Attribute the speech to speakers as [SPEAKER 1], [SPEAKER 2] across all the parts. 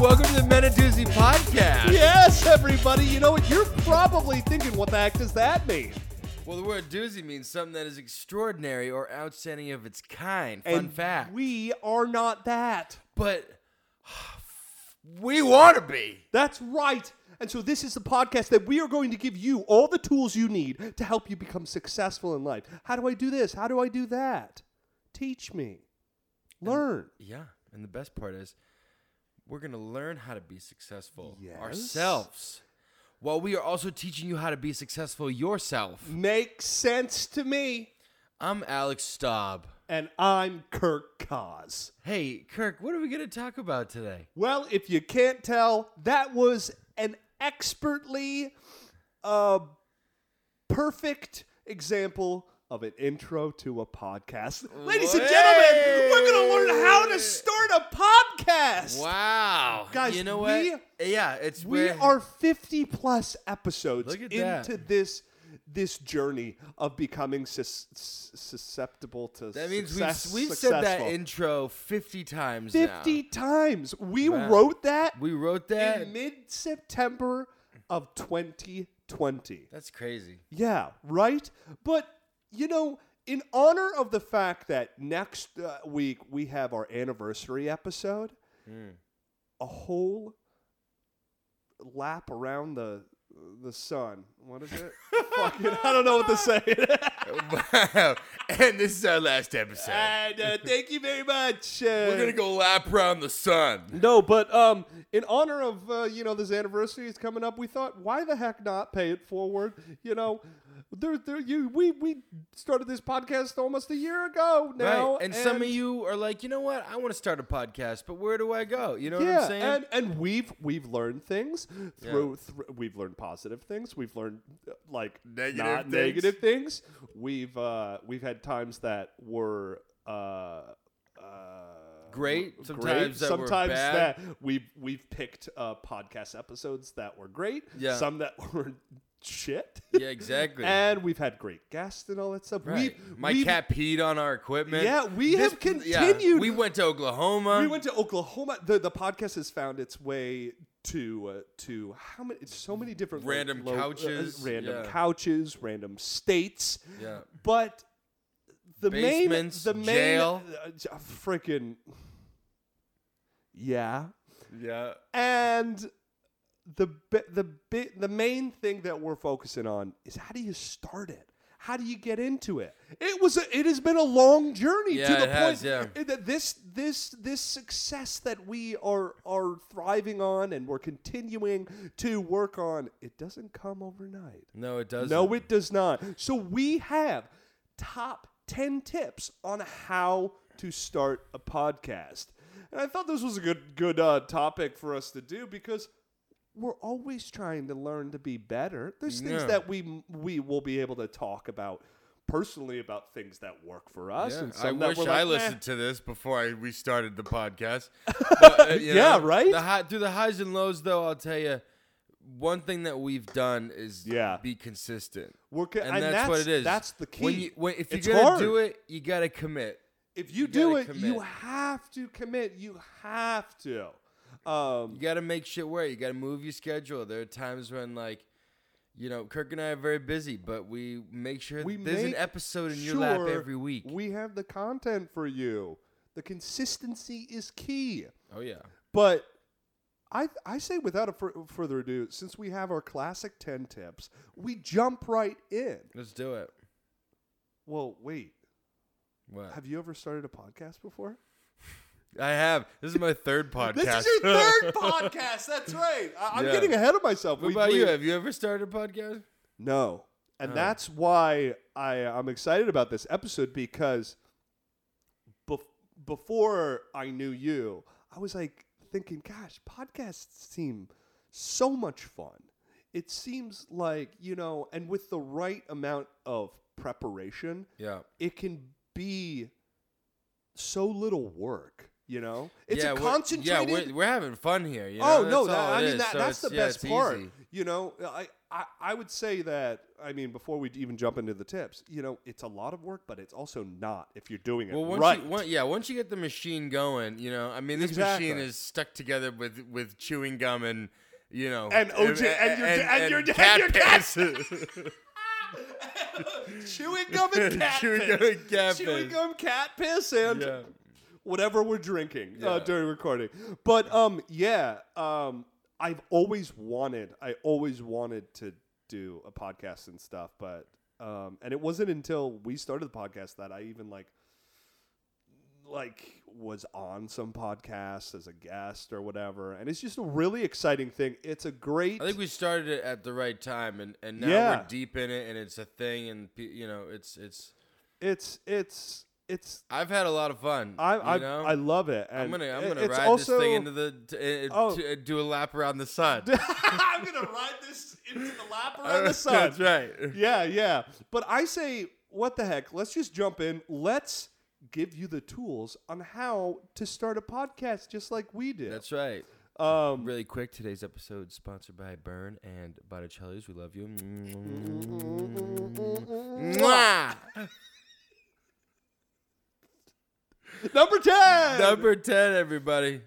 [SPEAKER 1] a doozy podcast.
[SPEAKER 2] Yes, everybody. You know what? You're probably thinking, what the heck does that mean?
[SPEAKER 1] Well, the word doozy means something that is extraordinary or outstanding of its kind. Fun
[SPEAKER 2] and
[SPEAKER 1] fact.
[SPEAKER 2] we are not that.
[SPEAKER 1] but we want to be.
[SPEAKER 2] That's right. And so this is the podcast that we are going to give you all the tools you need to help you become successful in life. How do I do this? How do I do that? Teach me. Learn.
[SPEAKER 1] Yeah. And the best part is, we're going to learn how to be successful
[SPEAKER 2] Yes.
[SPEAKER 1] ourselves while we are also teaching you how to be successful yourself.
[SPEAKER 2] Makes sense to me.
[SPEAKER 1] I'm Alex Staub.
[SPEAKER 2] And I'm Kirk Cause.
[SPEAKER 1] Hey, Kirk, what are we going to talk about today?
[SPEAKER 2] Well, if you can't tell, that was an expertly uh, perfect example of an intro to a podcast. Ladies and gentlemen, we're going to learn how to start a podcast.
[SPEAKER 1] Wow.
[SPEAKER 2] Guys,
[SPEAKER 1] you know
[SPEAKER 2] we-
[SPEAKER 1] what? yeah, it's
[SPEAKER 2] We
[SPEAKER 1] where-
[SPEAKER 2] are 50 plus episodes
[SPEAKER 1] Look at
[SPEAKER 2] into
[SPEAKER 1] that.
[SPEAKER 2] this this journey of becoming sus- sus- susceptible to
[SPEAKER 1] That means
[SPEAKER 2] success,
[SPEAKER 1] we've, we've said
[SPEAKER 2] successful.
[SPEAKER 1] that intro 50 times
[SPEAKER 2] 50
[SPEAKER 1] now.
[SPEAKER 2] times. We
[SPEAKER 1] Wow.
[SPEAKER 2] wrote that
[SPEAKER 1] We wrote that.
[SPEAKER 2] in mid September of 2020.
[SPEAKER 1] That's crazy.
[SPEAKER 2] Yeah, right? But, you know, in honor of the fact that next uh, week we have our anniversary episode,
[SPEAKER 1] Hmm.
[SPEAKER 2] a whole lap around the the sun. What is it? Fucking, I don't know what to say.
[SPEAKER 1] Oh, Wow. and this is our last episode.
[SPEAKER 2] and, uh, thank you very much. Uh,
[SPEAKER 1] We're going to go lap around the sun.
[SPEAKER 2] No, but um, in honor of uh, you know this anniversary is coming up, we thought, why the heck not pay it forward? You know, there, there, you, we, we started this podcast almost a year ago now,
[SPEAKER 1] right. And, some of you are like, you know what? I want to start a podcast, but where do I go? You know what
[SPEAKER 2] yeah,
[SPEAKER 1] I'm saying?
[SPEAKER 2] and and we've we've learned things through. thr- we've learned positive things. We've learned uh, like
[SPEAKER 1] Negative
[SPEAKER 2] not
[SPEAKER 1] things.
[SPEAKER 2] negative things. We've uh, we've had times that were. Uh, uh,
[SPEAKER 1] Great.
[SPEAKER 2] great.
[SPEAKER 1] Sometimes that were
[SPEAKER 2] Sometimes
[SPEAKER 1] bad.
[SPEAKER 2] that we've we've picked uh, podcast episodes that were great.
[SPEAKER 1] Yeah.
[SPEAKER 2] Some that were shit.
[SPEAKER 1] yeah, exactly.
[SPEAKER 2] and we've had great guests and all that stuff.
[SPEAKER 1] right.
[SPEAKER 2] We've,
[SPEAKER 1] My
[SPEAKER 2] we've-
[SPEAKER 1] cat peed on our equipment.
[SPEAKER 2] Yeah, we have
[SPEAKER 1] yeah,
[SPEAKER 2] continued.
[SPEAKER 1] we went to Oklahoma.
[SPEAKER 2] We went to Oklahoma. The the podcast has found its way to uh, to how many so many different lo-
[SPEAKER 1] Random
[SPEAKER 2] lo- uh,
[SPEAKER 1] couches,
[SPEAKER 2] random
[SPEAKER 1] yeah.
[SPEAKER 2] couches, random states.
[SPEAKER 1] Yeah.
[SPEAKER 2] But the
[SPEAKER 1] Basements,
[SPEAKER 2] main the main
[SPEAKER 1] jail.
[SPEAKER 2] uh, j- freaking yeah.
[SPEAKER 1] yeah.
[SPEAKER 2] And the bi- the bi- the main thing that we're focusing on is how do you start it? How do you get into it? It was a, it has been a long journey
[SPEAKER 1] Yeah,
[SPEAKER 2] to the
[SPEAKER 1] it has,
[SPEAKER 2] point
[SPEAKER 1] yeah.
[SPEAKER 2] that this this this success that we are are thriving on and we're continuing to work on it doesn't come overnight.
[SPEAKER 1] No, it doesn't.
[SPEAKER 2] No, it does not. So we have top 10 tips on how to start a podcast. And I thought this was a good good uh, topic for us to do because we're always trying to learn to be better. There's things
[SPEAKER 1] Yeah.
[SPEAKER 2] that we we will be able to talk about personally about things that work for us
[SPEAKER 1] Yeah,
[SPEAKER 2] and
[SPEAKER 1] I
[SPEAKER 2] some that
[SPEAKER 1] wish
[SPEAKER 2] we're
[SPEAKER 1] I
[SPEAKER 2] like, "Meh."
[SPEAKER 1] listened to this before I, we started the podcast. But, uh, you
[SPEAKER 2] Yeah, right?
[SPEAKER 1] The high, through the highs and lows, though, I'll tell you, one thing that we've done is
[SPEAKER 2] Yeah.
[SPEAKER 1] be consistent,
[SPEAKER 2] We're co-
[SPEAKER 1] and, that's, what it is.
[SPEAKER 2] That's the key.
[SPEAKER 1] When you, when, if
[SPEAKER 2] It's
[SPEAKER 1] you're gonna
[SPEAKER 2] hard.
[SPEAKER 1] do it, you gotta commit.
[SPEAKER 2] if you,
[SPEAKER 1] you
[SPEAKER 2] do
[SPEAKER 1] gotta
[SPEAKER 2] it, you
[SPEAKER 1] commit.
[SPEAKER 2] have to commit. You have to. Um,
[SPEAKER 1] You gotta make shit work. You gotta move your schedule. There are times when like. You know, Kirk and I are very busy, but we make sure
[SPEAKER 2] We
[SPEAKER 1] there's an
[SPEAKER 2] make
[SPEAKER 1] episode in your lap
[SPEAKER 2] sure
[SPEAKER 1] every week.
[SPEAKER 2] We have the content for you. The consistency is key.
[SPEAKER 1] oh yeah,
[SPEAKER 2] But I I say without a fur- further ado, since we have our classic 10 tips, we jump right in.
[SPEAKER 1] let's do it.
[SPEAKER 2] Well, wait.
[SPEAKER 1] What?
[SPEAKER 2] Have you ever started a podcast before?
[SPEAKER 1] I have. This is my third podcast.
[SPEAKER 2] This is your third podcast. That's right. I, am
[SPEAKER 1] Yeah.
[SPEAKER 2] getting ahead of myself.
[SPEAKER 1] What
[SPEAKER 2] We-
[SPEAKER 1] about
[SPEAKER 2] we-
[SPEAKER 1] you? Have you ever started a podcast?
[SPEAKER 2] No. And that's why I, I'm excited about this episode because bef- before I knew you, I was like thinking, gosh, podcasts seem so much fun. It seems like, you know, and with the right amount of preparation,
[SPEAKER 1] Yeah.
[SPEAKER 2] it can be so little work, you know? It's
[SPEAKER 1] yeah,
[SPEAKER 2] a
[SPEAKER 1] we're-
[SPEAKER 2] concentrated
[SPEAKER 1] Yeah, we're, we're having fun here. You know?
[SPEAKER 2] oh no,
[SPEAKER 1] that's all
[SPEAKER 2] that,
[SPEAKER 1] it
[SPEAKER 2] I mean
[SPEAKER 1] is.
[SPEAKER 2] that,
[SPEAKER 1] So
[SPEAKER 2] that's the
[SPEAKER 1] it's- yeah,
[SPEAKER 2] best
[SPEAKER 1] it's
[SPEAKER 2] part.
[SPEAKER 1] easy.
[SPEAKER 2] You know, I I, I would say that I mean before we even jump into the tips, you know, it's a lot of work, but it's also not if you're doing it
[SPEAKER 1] Well, once
[SPEAKER 2] right.
[SPEAKER 1] you, one, yeah, once you get the machine going, you know, I mean, this
[SPEAKER 2] Exactly.
[SPEAKER 1] machine is stuck together with with chewing gum and you know
[SPEAKER 2] And OJ- and your- and your- and your cat-
[SPEAKER 1] piss.
[SPEAKER 2] chewing gum and cat
[SPEAKER 1] Chewing
[SPEAKER 2] piss.
[SPEAKER 1] gum and cat
[SPEAKER 2] chewing
[SPEAKER 1] piss.
[SPEAKER 2] gum, cat piss, and
[SPEAKER 1] Yeah.
[SPEAKER 2] whatever we're drinking uh,
[SPEAKER 1] Yeah.
[SPEAKER 2] during recording. But um, yeah, um, I've always wanted, I always wanted to do a podcast and stuff, but um, and it wasn't until we started the podcast that I even like like was on some podcasts as a guest or whatever and it's just a really exciting thing it's a great
[SPEAKER 1] I think we started it at the right time, and and now
[SPEAKER 2] Yeah.
[SPEAKER 1] we're deep in it, and it's a thing, and pe- you know, it's it's.
[SPEAKER 2] it's it's it's
[SPEAKER 1] I've had a lot of fun.
[SPEAKER 2] I
[SPEAKER 1] you
[SPEAKER 2] I,
[SPEAKER 1] know?
[SPEAKER 2] I love it and
[SPEAKER 1] I'm gonna I'm
[SPEAKER 2] it-
[SPEAKER 1] gonna
[SPEAKER 2] it's
[SPEAKER 1] ride
[SPEAKER 2] also,
[SPEAKER 1] this thing into the t- uh,
[SPEAKER 2] Oh.
[SPEAKER 1] t- uh, do a lap around the sun.
[SPEAKER 2] I'm gonna ride this into the lap around the sun.
[SPEAKER 1] That's right.
[SPEAKER 2] Yeah, yeah. But I say, what the heck? Let's just jump in. Let's give you the tools on how to start a podcast, just like we did.
[SPEAKER 1] That's right.
[SPEAKER 2] um,
[SPEAKER 1] Really quick, today's episode is sponsored by Burn and Botticelli's. We love you. Mwah!
[SPEAKER 2] number ten.
[SPEAKER 1] Number 10, everybody.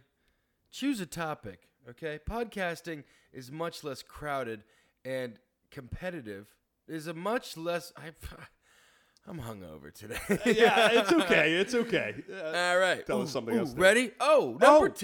[SPEAKER 1] Choose a topic, okay? Podcasting is much less crowded and competitive. Is a much less. I, I'm hungover today.
[SPEAKER 2] yeah, it's okay. It's okay. Uh,
[SPEAKER 1] All right.
[SPEAKER 2] Tell us something else, Dave.
[SPEAKER 1] Ready? Oh, number
[SPEAKER 2] Oh.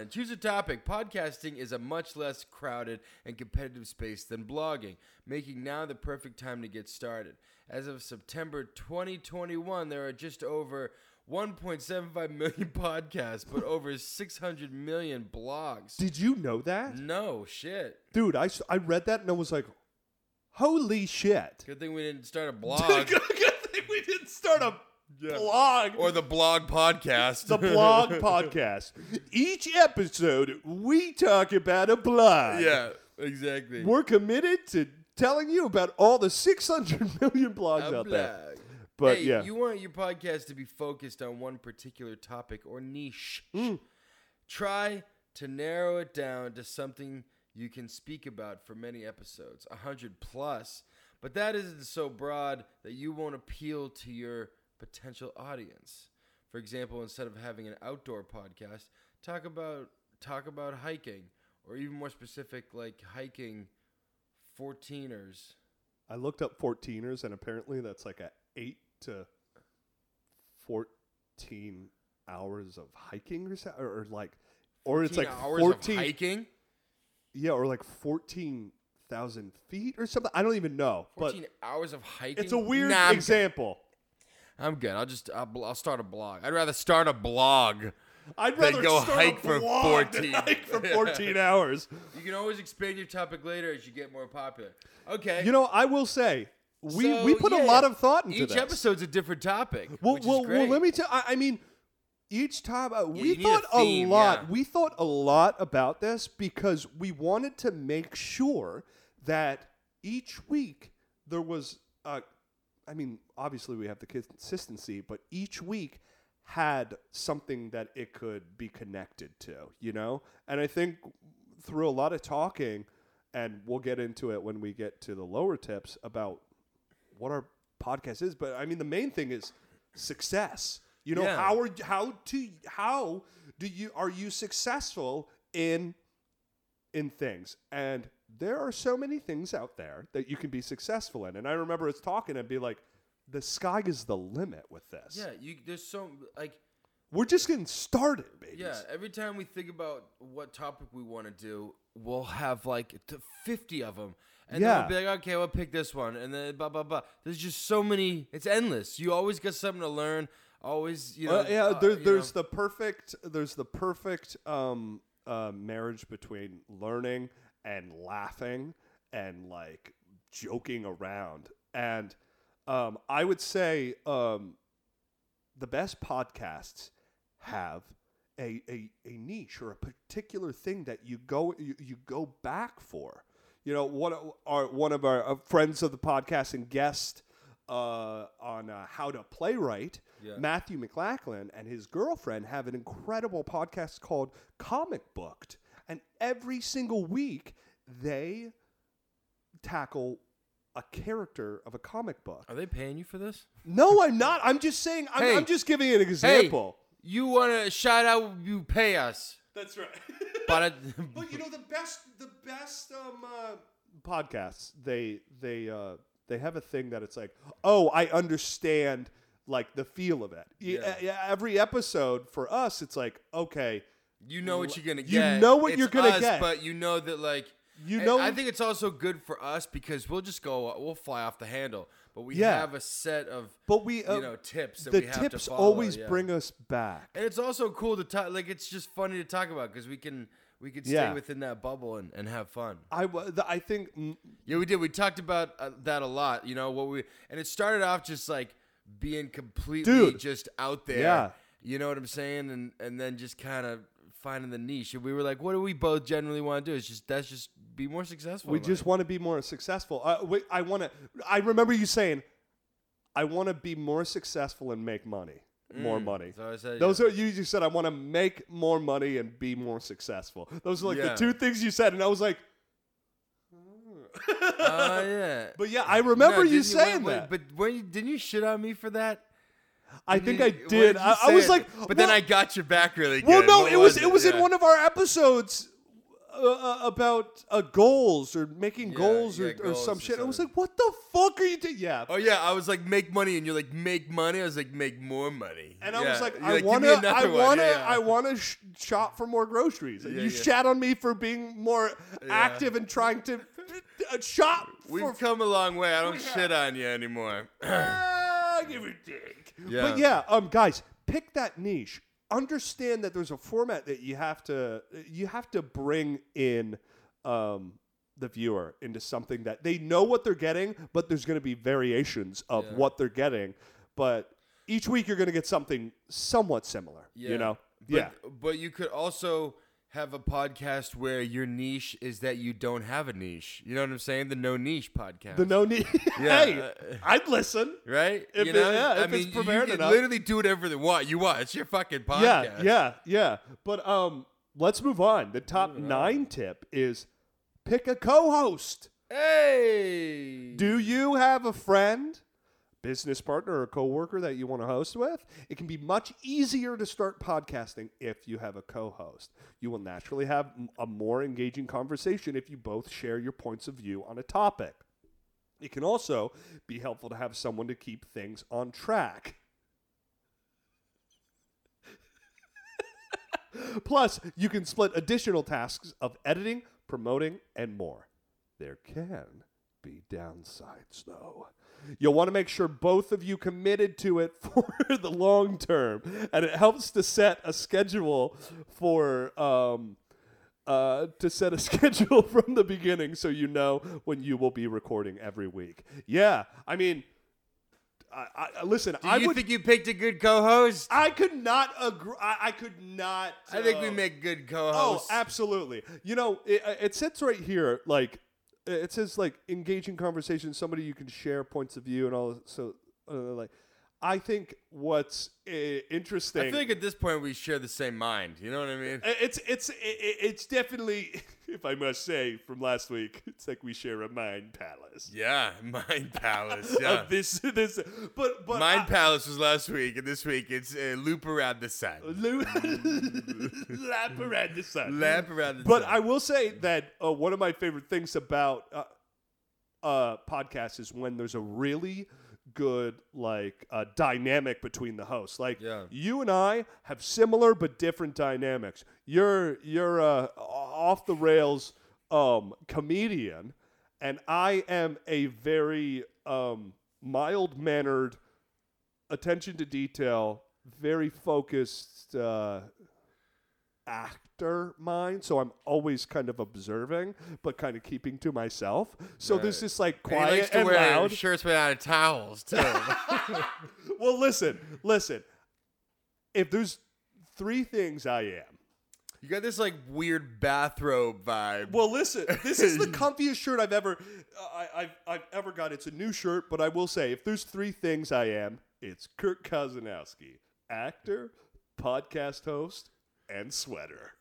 [SPEAKER 1] 10. Choose a topic. Podcasting is a much less crowded and competitive space than blogging, making now the perfect time to get started. As of September 2021, there are just over 1.75 million podcasts, but over 600 million blogs.
[SPEAKER 2] did you know that,
[SPEAKER 1] No shit.
[SPEAKER 2] dude? I s- I read that and I was like, holy shit.
[SPEAKER 1] Good thing we didn't start a blog
[SPEAKER 2] thing we didn't start a blog
[SPEAKER 1] or the blog podcast.
[SPEAKER 2] the blog podcast. Each episode, we talk about a blog.
[SPEAKER 1] yeah, exactly.
[SPEAKER 2] We're committed to telling you about all the 600 million blogs out there.
[SPEAKER 1] Blog.
[SPEAKER 2] But
[SPEAKER 1] hey,
[SPEAKER 2] yeah,
[SPEAKER 1] you want your podcast to be focused on one particular topic or niche.
[SPEAKER 2] Mm.
[SPEAKER 1] Try to narrow it down to something you can speak about for many episodes, 100 plus, but that isn't so broad that you won't appeal to your potential audience. For example, instead of having an outdoor podcast, talk about talk about hiking or even more specific like hiking 14ers.
[SPEAKER 2] I looked up 14ers, and apparently that's like a 8 to 14 hours of hiking or, so, or, or like, or it's like
[SPEAKER 1] 14 hours of
[SPEAKER 2] 14,
[SPEAKER 1] hiking.
[SPEAKER 2] yeah, or like 14,000 feet or something. I don't even know, but
[SPEAKER 1] 14 hours of hiking.
[SPEAKER 2] it's a weird
[SPEAKER 1] Nah, I'm good.
[SPEAKER 2] example.
[SPEAKER 1] I'm good. I'll just I'll, bl- I'll start a blog. I'd rather start a blog.
[SPEAKER 2] I'd
[SPEAKER 1] Then
[SPEAKER 2] rather
[SPEAKER 1] go
[SPEAKER 2] start
[SPEAKER 1] hike
[SPEAKER 2] a
[SPEAKER 1] for
[SPEAKER 2] blog
[SPEAKER 1] 14.
[SPEAKER 2] than hike for 14 hours.
[SPEAKER 1] You can always expand your topic later as you get more popular. Okay.
[SPEAKER 2] You know, I will say we
[SPEAKER 1] So,
[SPEAKER 2] we put
[SPEAKER 1] yeah,
[SPEAKER 2] a lot of thought into
[SPEAKER 1] each
[SPEAKER 2] this.
[SPEAKER 1] episode's a different topic.
[SPEAKER 2] well,
[SPEAKER 1] which is
[SPEAKER 2] well,
[SPEAKER 1] great.
[SPEAKER 2] well, let me tell. I, I mean, each time uh, we
[SPEAKER 1] you need a
[SPEAKER 2] thought a,
[SPEAKER 1] theme,
[SPEAKER 2] lot.
[SPEAKER 1] yeah.
[SPEAKER 2] We thought a lot about this because we wanted to make sure that each week there was. Uh, I mean, obviously we have the consistency, but each week had something that it could be connected to, you know. And I think through a lot of talking, and we'll get into it when we get to the lower tips about what our podcast is, but I mean the main thing is success. You know
[SPEAKER 1] Yeah.
[SPEAKER 2] how are how to how do you are you successful in in things? And there are so many things out there that you can be successful in. And I remember us talking and be like, the sky is the limit with this.
[SPEAKER 1] Yeah, you there's so like
[SPEAKER 2] We're just getting started, babies.
[SPEAKER 1] yeah. Every time we think about what topic we want to do, we'll have like t- 50 of them, and
[SPEAKER 2] Yeah.
[SPEAKER 1] then we'll be like, okay, we'll pick this one, and then blah blah blah. There's just so many. It's endless. You always got something to learn. Always, you know.
[SPEAKER 2] Well, yeah,
[SPEAKER 1] uh,
[SPEAKER 2] there,
[SPEAKER 1] you know.
[SPEAKER 2] there's the perfect there's the perfect um, uh, marriage between learning and laughing and like joking around. And um, I would say um, the best podcasts have a, a, a niche or a particular thing that you go you, you go back for. You know, one of our one of our uh, friends of the podcast and guest uh, on uh, how to playwright,
[SPEAKER 1] Yeah.
[SPEAKER 2] Matthew McLachlan and his girlfriend have an incredible podcast called Comic Booked, and every single week they tackle a character of a comic book.
[SPEAKER 1] Are they paying you for this?
[SPEAKER 2] No, I'm not. I'm just saying. I'm,
[SPEAKER 1] Hey.
[SPEAKER 2] I'm just giving an example.
[SPEAKER 1] Hey, you want to shout out? You pay us.
[SPEAKER 2] That's right.
[SPEAKER 1] But
[SPEAKER 2] But you know the best the best um, uh, podcasts they they uh, they have a thing that it's like oh I understand like the feel of it. E-
[SPEAKER 1] Yeah.
[SPEAKER 2] e- Every episode for us it's like okay
[SPEAKER 1] you know what you're gonna
[SPEAKER 2] You
[SPEAKER 1] get.
[SPEAKER 2] know what
[SPEAKER 1] It's
[SPEAKER 2] you're gonna
[SPEAKER 1] us,
[SPEAKER 2] get.
[SPEAKER 1] But you know that like
[SPEAKER 2] You
[SPEAKER 1] and
[SPEAKER 2] know-
[SPEAKER 1] I think it's also good for us because we'll just go. We'll fly off the handle. But we
[SPEAKER 2] Yeah.
[SPEAKER 1] have a set of
[SPEAKER 2] but we uh,
[SPEAKER 1] you know tips that
[SPEAKER 2] the
[SPEAKER 1] we have to
[SPEAKER 2] tips
[SPEAKER 1] follow.
[SPEAKER 2] always
[SPEAKER 1] yeah.
[SPEAKER 2] bring us back.
[SPEAKER 1] And it's also cool to talk. Like it's just funny to talk about because we can we can stay
[SPEAKER 2] Yeah.
[SPEAKER 1] within that bubble and, and have fun.
[SPEAKER 2] I wa- the, I think mm,
[SPEAKER 1] Yeah, we did. We talked about uh, that a lot. You know what we and it started off just like being completely
[SPEAKER 2] Dude.
[SPEAKER 1] just out there.
[SPEAKER 2] Yeah.
[SPEAKER 1] You know what I'm saying? And and then just kind of finding the niche. And we were like, what do we both generally want to do? It's just that's just be more successful.
[SPEAKER 2] we
[SPEAKER 1] in
[SPEAKER 2] just
[SPEAKER 1] life.
[SPEAKER 2] want to be more successful. Uh, wait, I want to. I remember you saying I want to be more successful and make money,
[SPEAKER 1] Mm,
[SPEAKER 2] more money.
[SPEAKER 1] So I said,
[SPEAKER 2] Those
[SPEAKER 1] yeah.
[SPEAKER 2] are you. You said I want to make more money and be more successful. Those are like
[SPEAKER 1] Yeah.
[SPEAKER 2] the two things you said, and I was like,
[SPEAKER 1] Uh, yeah.
[SPEAKER 2] but yeah, I remember
[SPEAKER 1] No,
[SPEAKER 2] you
[SPEAKER 1] didn't wait,
[SPEAKER 2] saying
[SPEAKER 1] wait,
[SPEAKER 2] that.
[SPEAKER 1] But when you, didn't you shit on me for that?
[SPEAKER 2] I think
[SPEAKER 1] You-
[SPEAKER 2] I
[SPEAKER 1] what
[SPEAKER 2] did.
[SPEAKER 1] you
[SPEAKER 2] I, I was
[SPEAKER 1] say?
[SPEAKER 2] like,
[SPEAKER 1] but then
[SPEAKER 2] well-
[SPEAKER 1] I got you back really good.
[SPEAKER 2] Well, no,
[SPEAKER 1] What
[SPEAKER 2] it was it was
[SPEAKER 1] Yeah.
[SPEAKER 2] in one of our episodes uh, uh, about uh, goals or making
[SPEAKER 1] Yeah,
[SPEAKER 2] goals, or,
[SPEAKER 1] yeah,
[SPEAKER 2] or
[SPEAKER 1] goals
[SPEAKER 2] some
[SPEAKER 1] or
[SPEAKER 2] shit. I was
[SPEAKER 1] something.
[SPEAKER 2] like, what the fuck are you doing? Yeah.
[SPEAKER 1] Oh yeah, I was like make money, and you're like make money. I was like make more money,
[SPEAKER 2] And I
[SPEAKER 1] Yeah.
[SPEAKER 2] was like,
[SPEAKER 1] You're
[SPEAKER 2] I
[SPEAKER 1] "Give me
[SPEAKER 2] wanna, I
[SPEAKER 1] another one."
[SPEAKER 2] wanna,
[SPEAKER 1] Yeah, yeah.
[SPEAKER 2] I wanna sh- shop for more groceries. And
[SPEAKER 1] Yeah,
[SPEAKER 2] you
[SPEAKER 1] yeah.
[SPEAKER 2] shat on me for being more active and trying to uh, shop
[SPEAKER 1] We've
[SPEAKER 2] for
[SPEAKER 1] come a long way. I don't shit on you anymore.
[SPEAKER 2] Ah, give a dick.
[SPEAKER 1] Yeah.
[SPEAKER 2] But yeah, um, guys, pick that niche. Understand that there's a format that you have to you have to bring in um, the viewer into something that they know what they're getting, but there's going to be variations of what they're getting. But each week you're going to get something somewhat similar. You know,
[SPEAKER 1] But,
[SPEAKER 2] yeah.
[SPEAKER 1] But you could also have a podcast where your niche is that you don't have a niche. You know what I'm saying? The no niche podcast.
[SPEAKER 2] The no need.
[SPEAKER 1] Yeah.
[SPEAKER 2] hey, I'd listen.
[SPEAKER 1] Right?
[SPEAKER 2] If
[SPEAKER 1] you
[SPEAKER 2] it-
[SPEAKER 1] know?
[SPEAKER 2] yeah,
[SPEAKER 1] I
[SPEAKER 2] if it's
[SPEAKER 1] mean, you
[SPEAKER 2] prepared
[SPEAKER 1] can
[SPEAKER 2] enough.
[SPEAKER 1] literally do whatever they want. You want. It's your fucking
[SPEAKER 2] yeah,
[SPEAKER 1] podcast.
[SPEAKER 2] yeah, yeah. But um, let's move on. The top nine tip is pick a co-host.
[SPEAKER 1] Hey.
[SPEAKER 2] Do you have a friend, business partner, or coworker that you want to host with? It can be much easier to start podcasting if you have a co-host. You will naturally have m- a more engaging conversation if you both share your points of view on a topic. It can also be helpful to have someone to keep things on track. Plus, you can split additional tasks of editing, promoting, and more. There can be downsides, though. You'll want to make sure both of you committed to it for the long term, and it helps to set a schedule for um, uh, to set a schedule from the beginning, so you know when you will be recording every week. Yeah, I mean, I, I- I, listen,
[SPEAKER 1] Do
[SPEAKER 2] I
[SPEAKER 1] you
[SPEAKER 2] would,
[SPEAKER 1] think you picked a good co host?
[SPEAKER 2] I could not agree. I, I could not.
[SPEAKER 1] I think we
[SPEAKER 2] uh,
[SPEAKER 1] make good co
[SPEAKER 2] Oh,
[SPEAKER 1] hosts.
[SPEAKER 2] absolutely. You know, it, uh, it says right here, like it says, like engaging conversation, somebody you can share points of view and all. this. So, uh, like, I think what's uh, interesting.
[SPEAKER 1] I feel like at this point we share the same mind. You know what I mean?
[SPEAKER 2] I- it's it's i- i- it's definitely, if I must say, from last week, it's like we share a mind palace.
[SPEAKER 1] Yeah, Mind Palace. Yeah.
[SPEAKER 2] Of this this, but but
[SPEAKER 1] Mind
[SPEAKER 2] I-
[SPEAKER 1] Palace was last week, and this week it's uh, loop around the sun.
[SPEAKER 2] Lou- lap around the sun.
[SPEAKER 1] Lap around the
[SPEAKER 2] But
[SPEAKER 1] sun.
[SPEAKER 2] I will say that uh, one of my favorite things about uh, uh, podcasts is when there's a really good like uh, dynamic between the hosts. Like
[SPEAKER 1] Yeah.
[SPEAKER 2] you and I have similar but different dynamics. You're you're uh, off the rails um, comedian, and I am a very um, mild mannered, attention to detail, very focused. Uh, actor mind, so I'm always kind of observing, but kind of keeping to myself. So there's
[SPEAKER 1] Right.
[SPEAKER 2] this like
[SPEAKER 1] And he likes
[SPEAKER 2] quiet
[SPEAKER 1] to
[SPEAKER 2] and,
[SPEAKER 1] wear
[SPEAKER 2] loud.
[SPEAKER 1] shirts made out of towels too.
[SPEAKER 2] Well, listen, listen. If there's three things I am,
[SPEAKER 1] you got this like weird bathrobe vibe.
[SPEAKER 2] well, listen. This is the comfiest shirt I've ever, uh, I, I've, I've ever got. It's a new shirt, but I will say, if there's three things I am, it's Kirk Kozinowski, actor, podcast host, and sweater.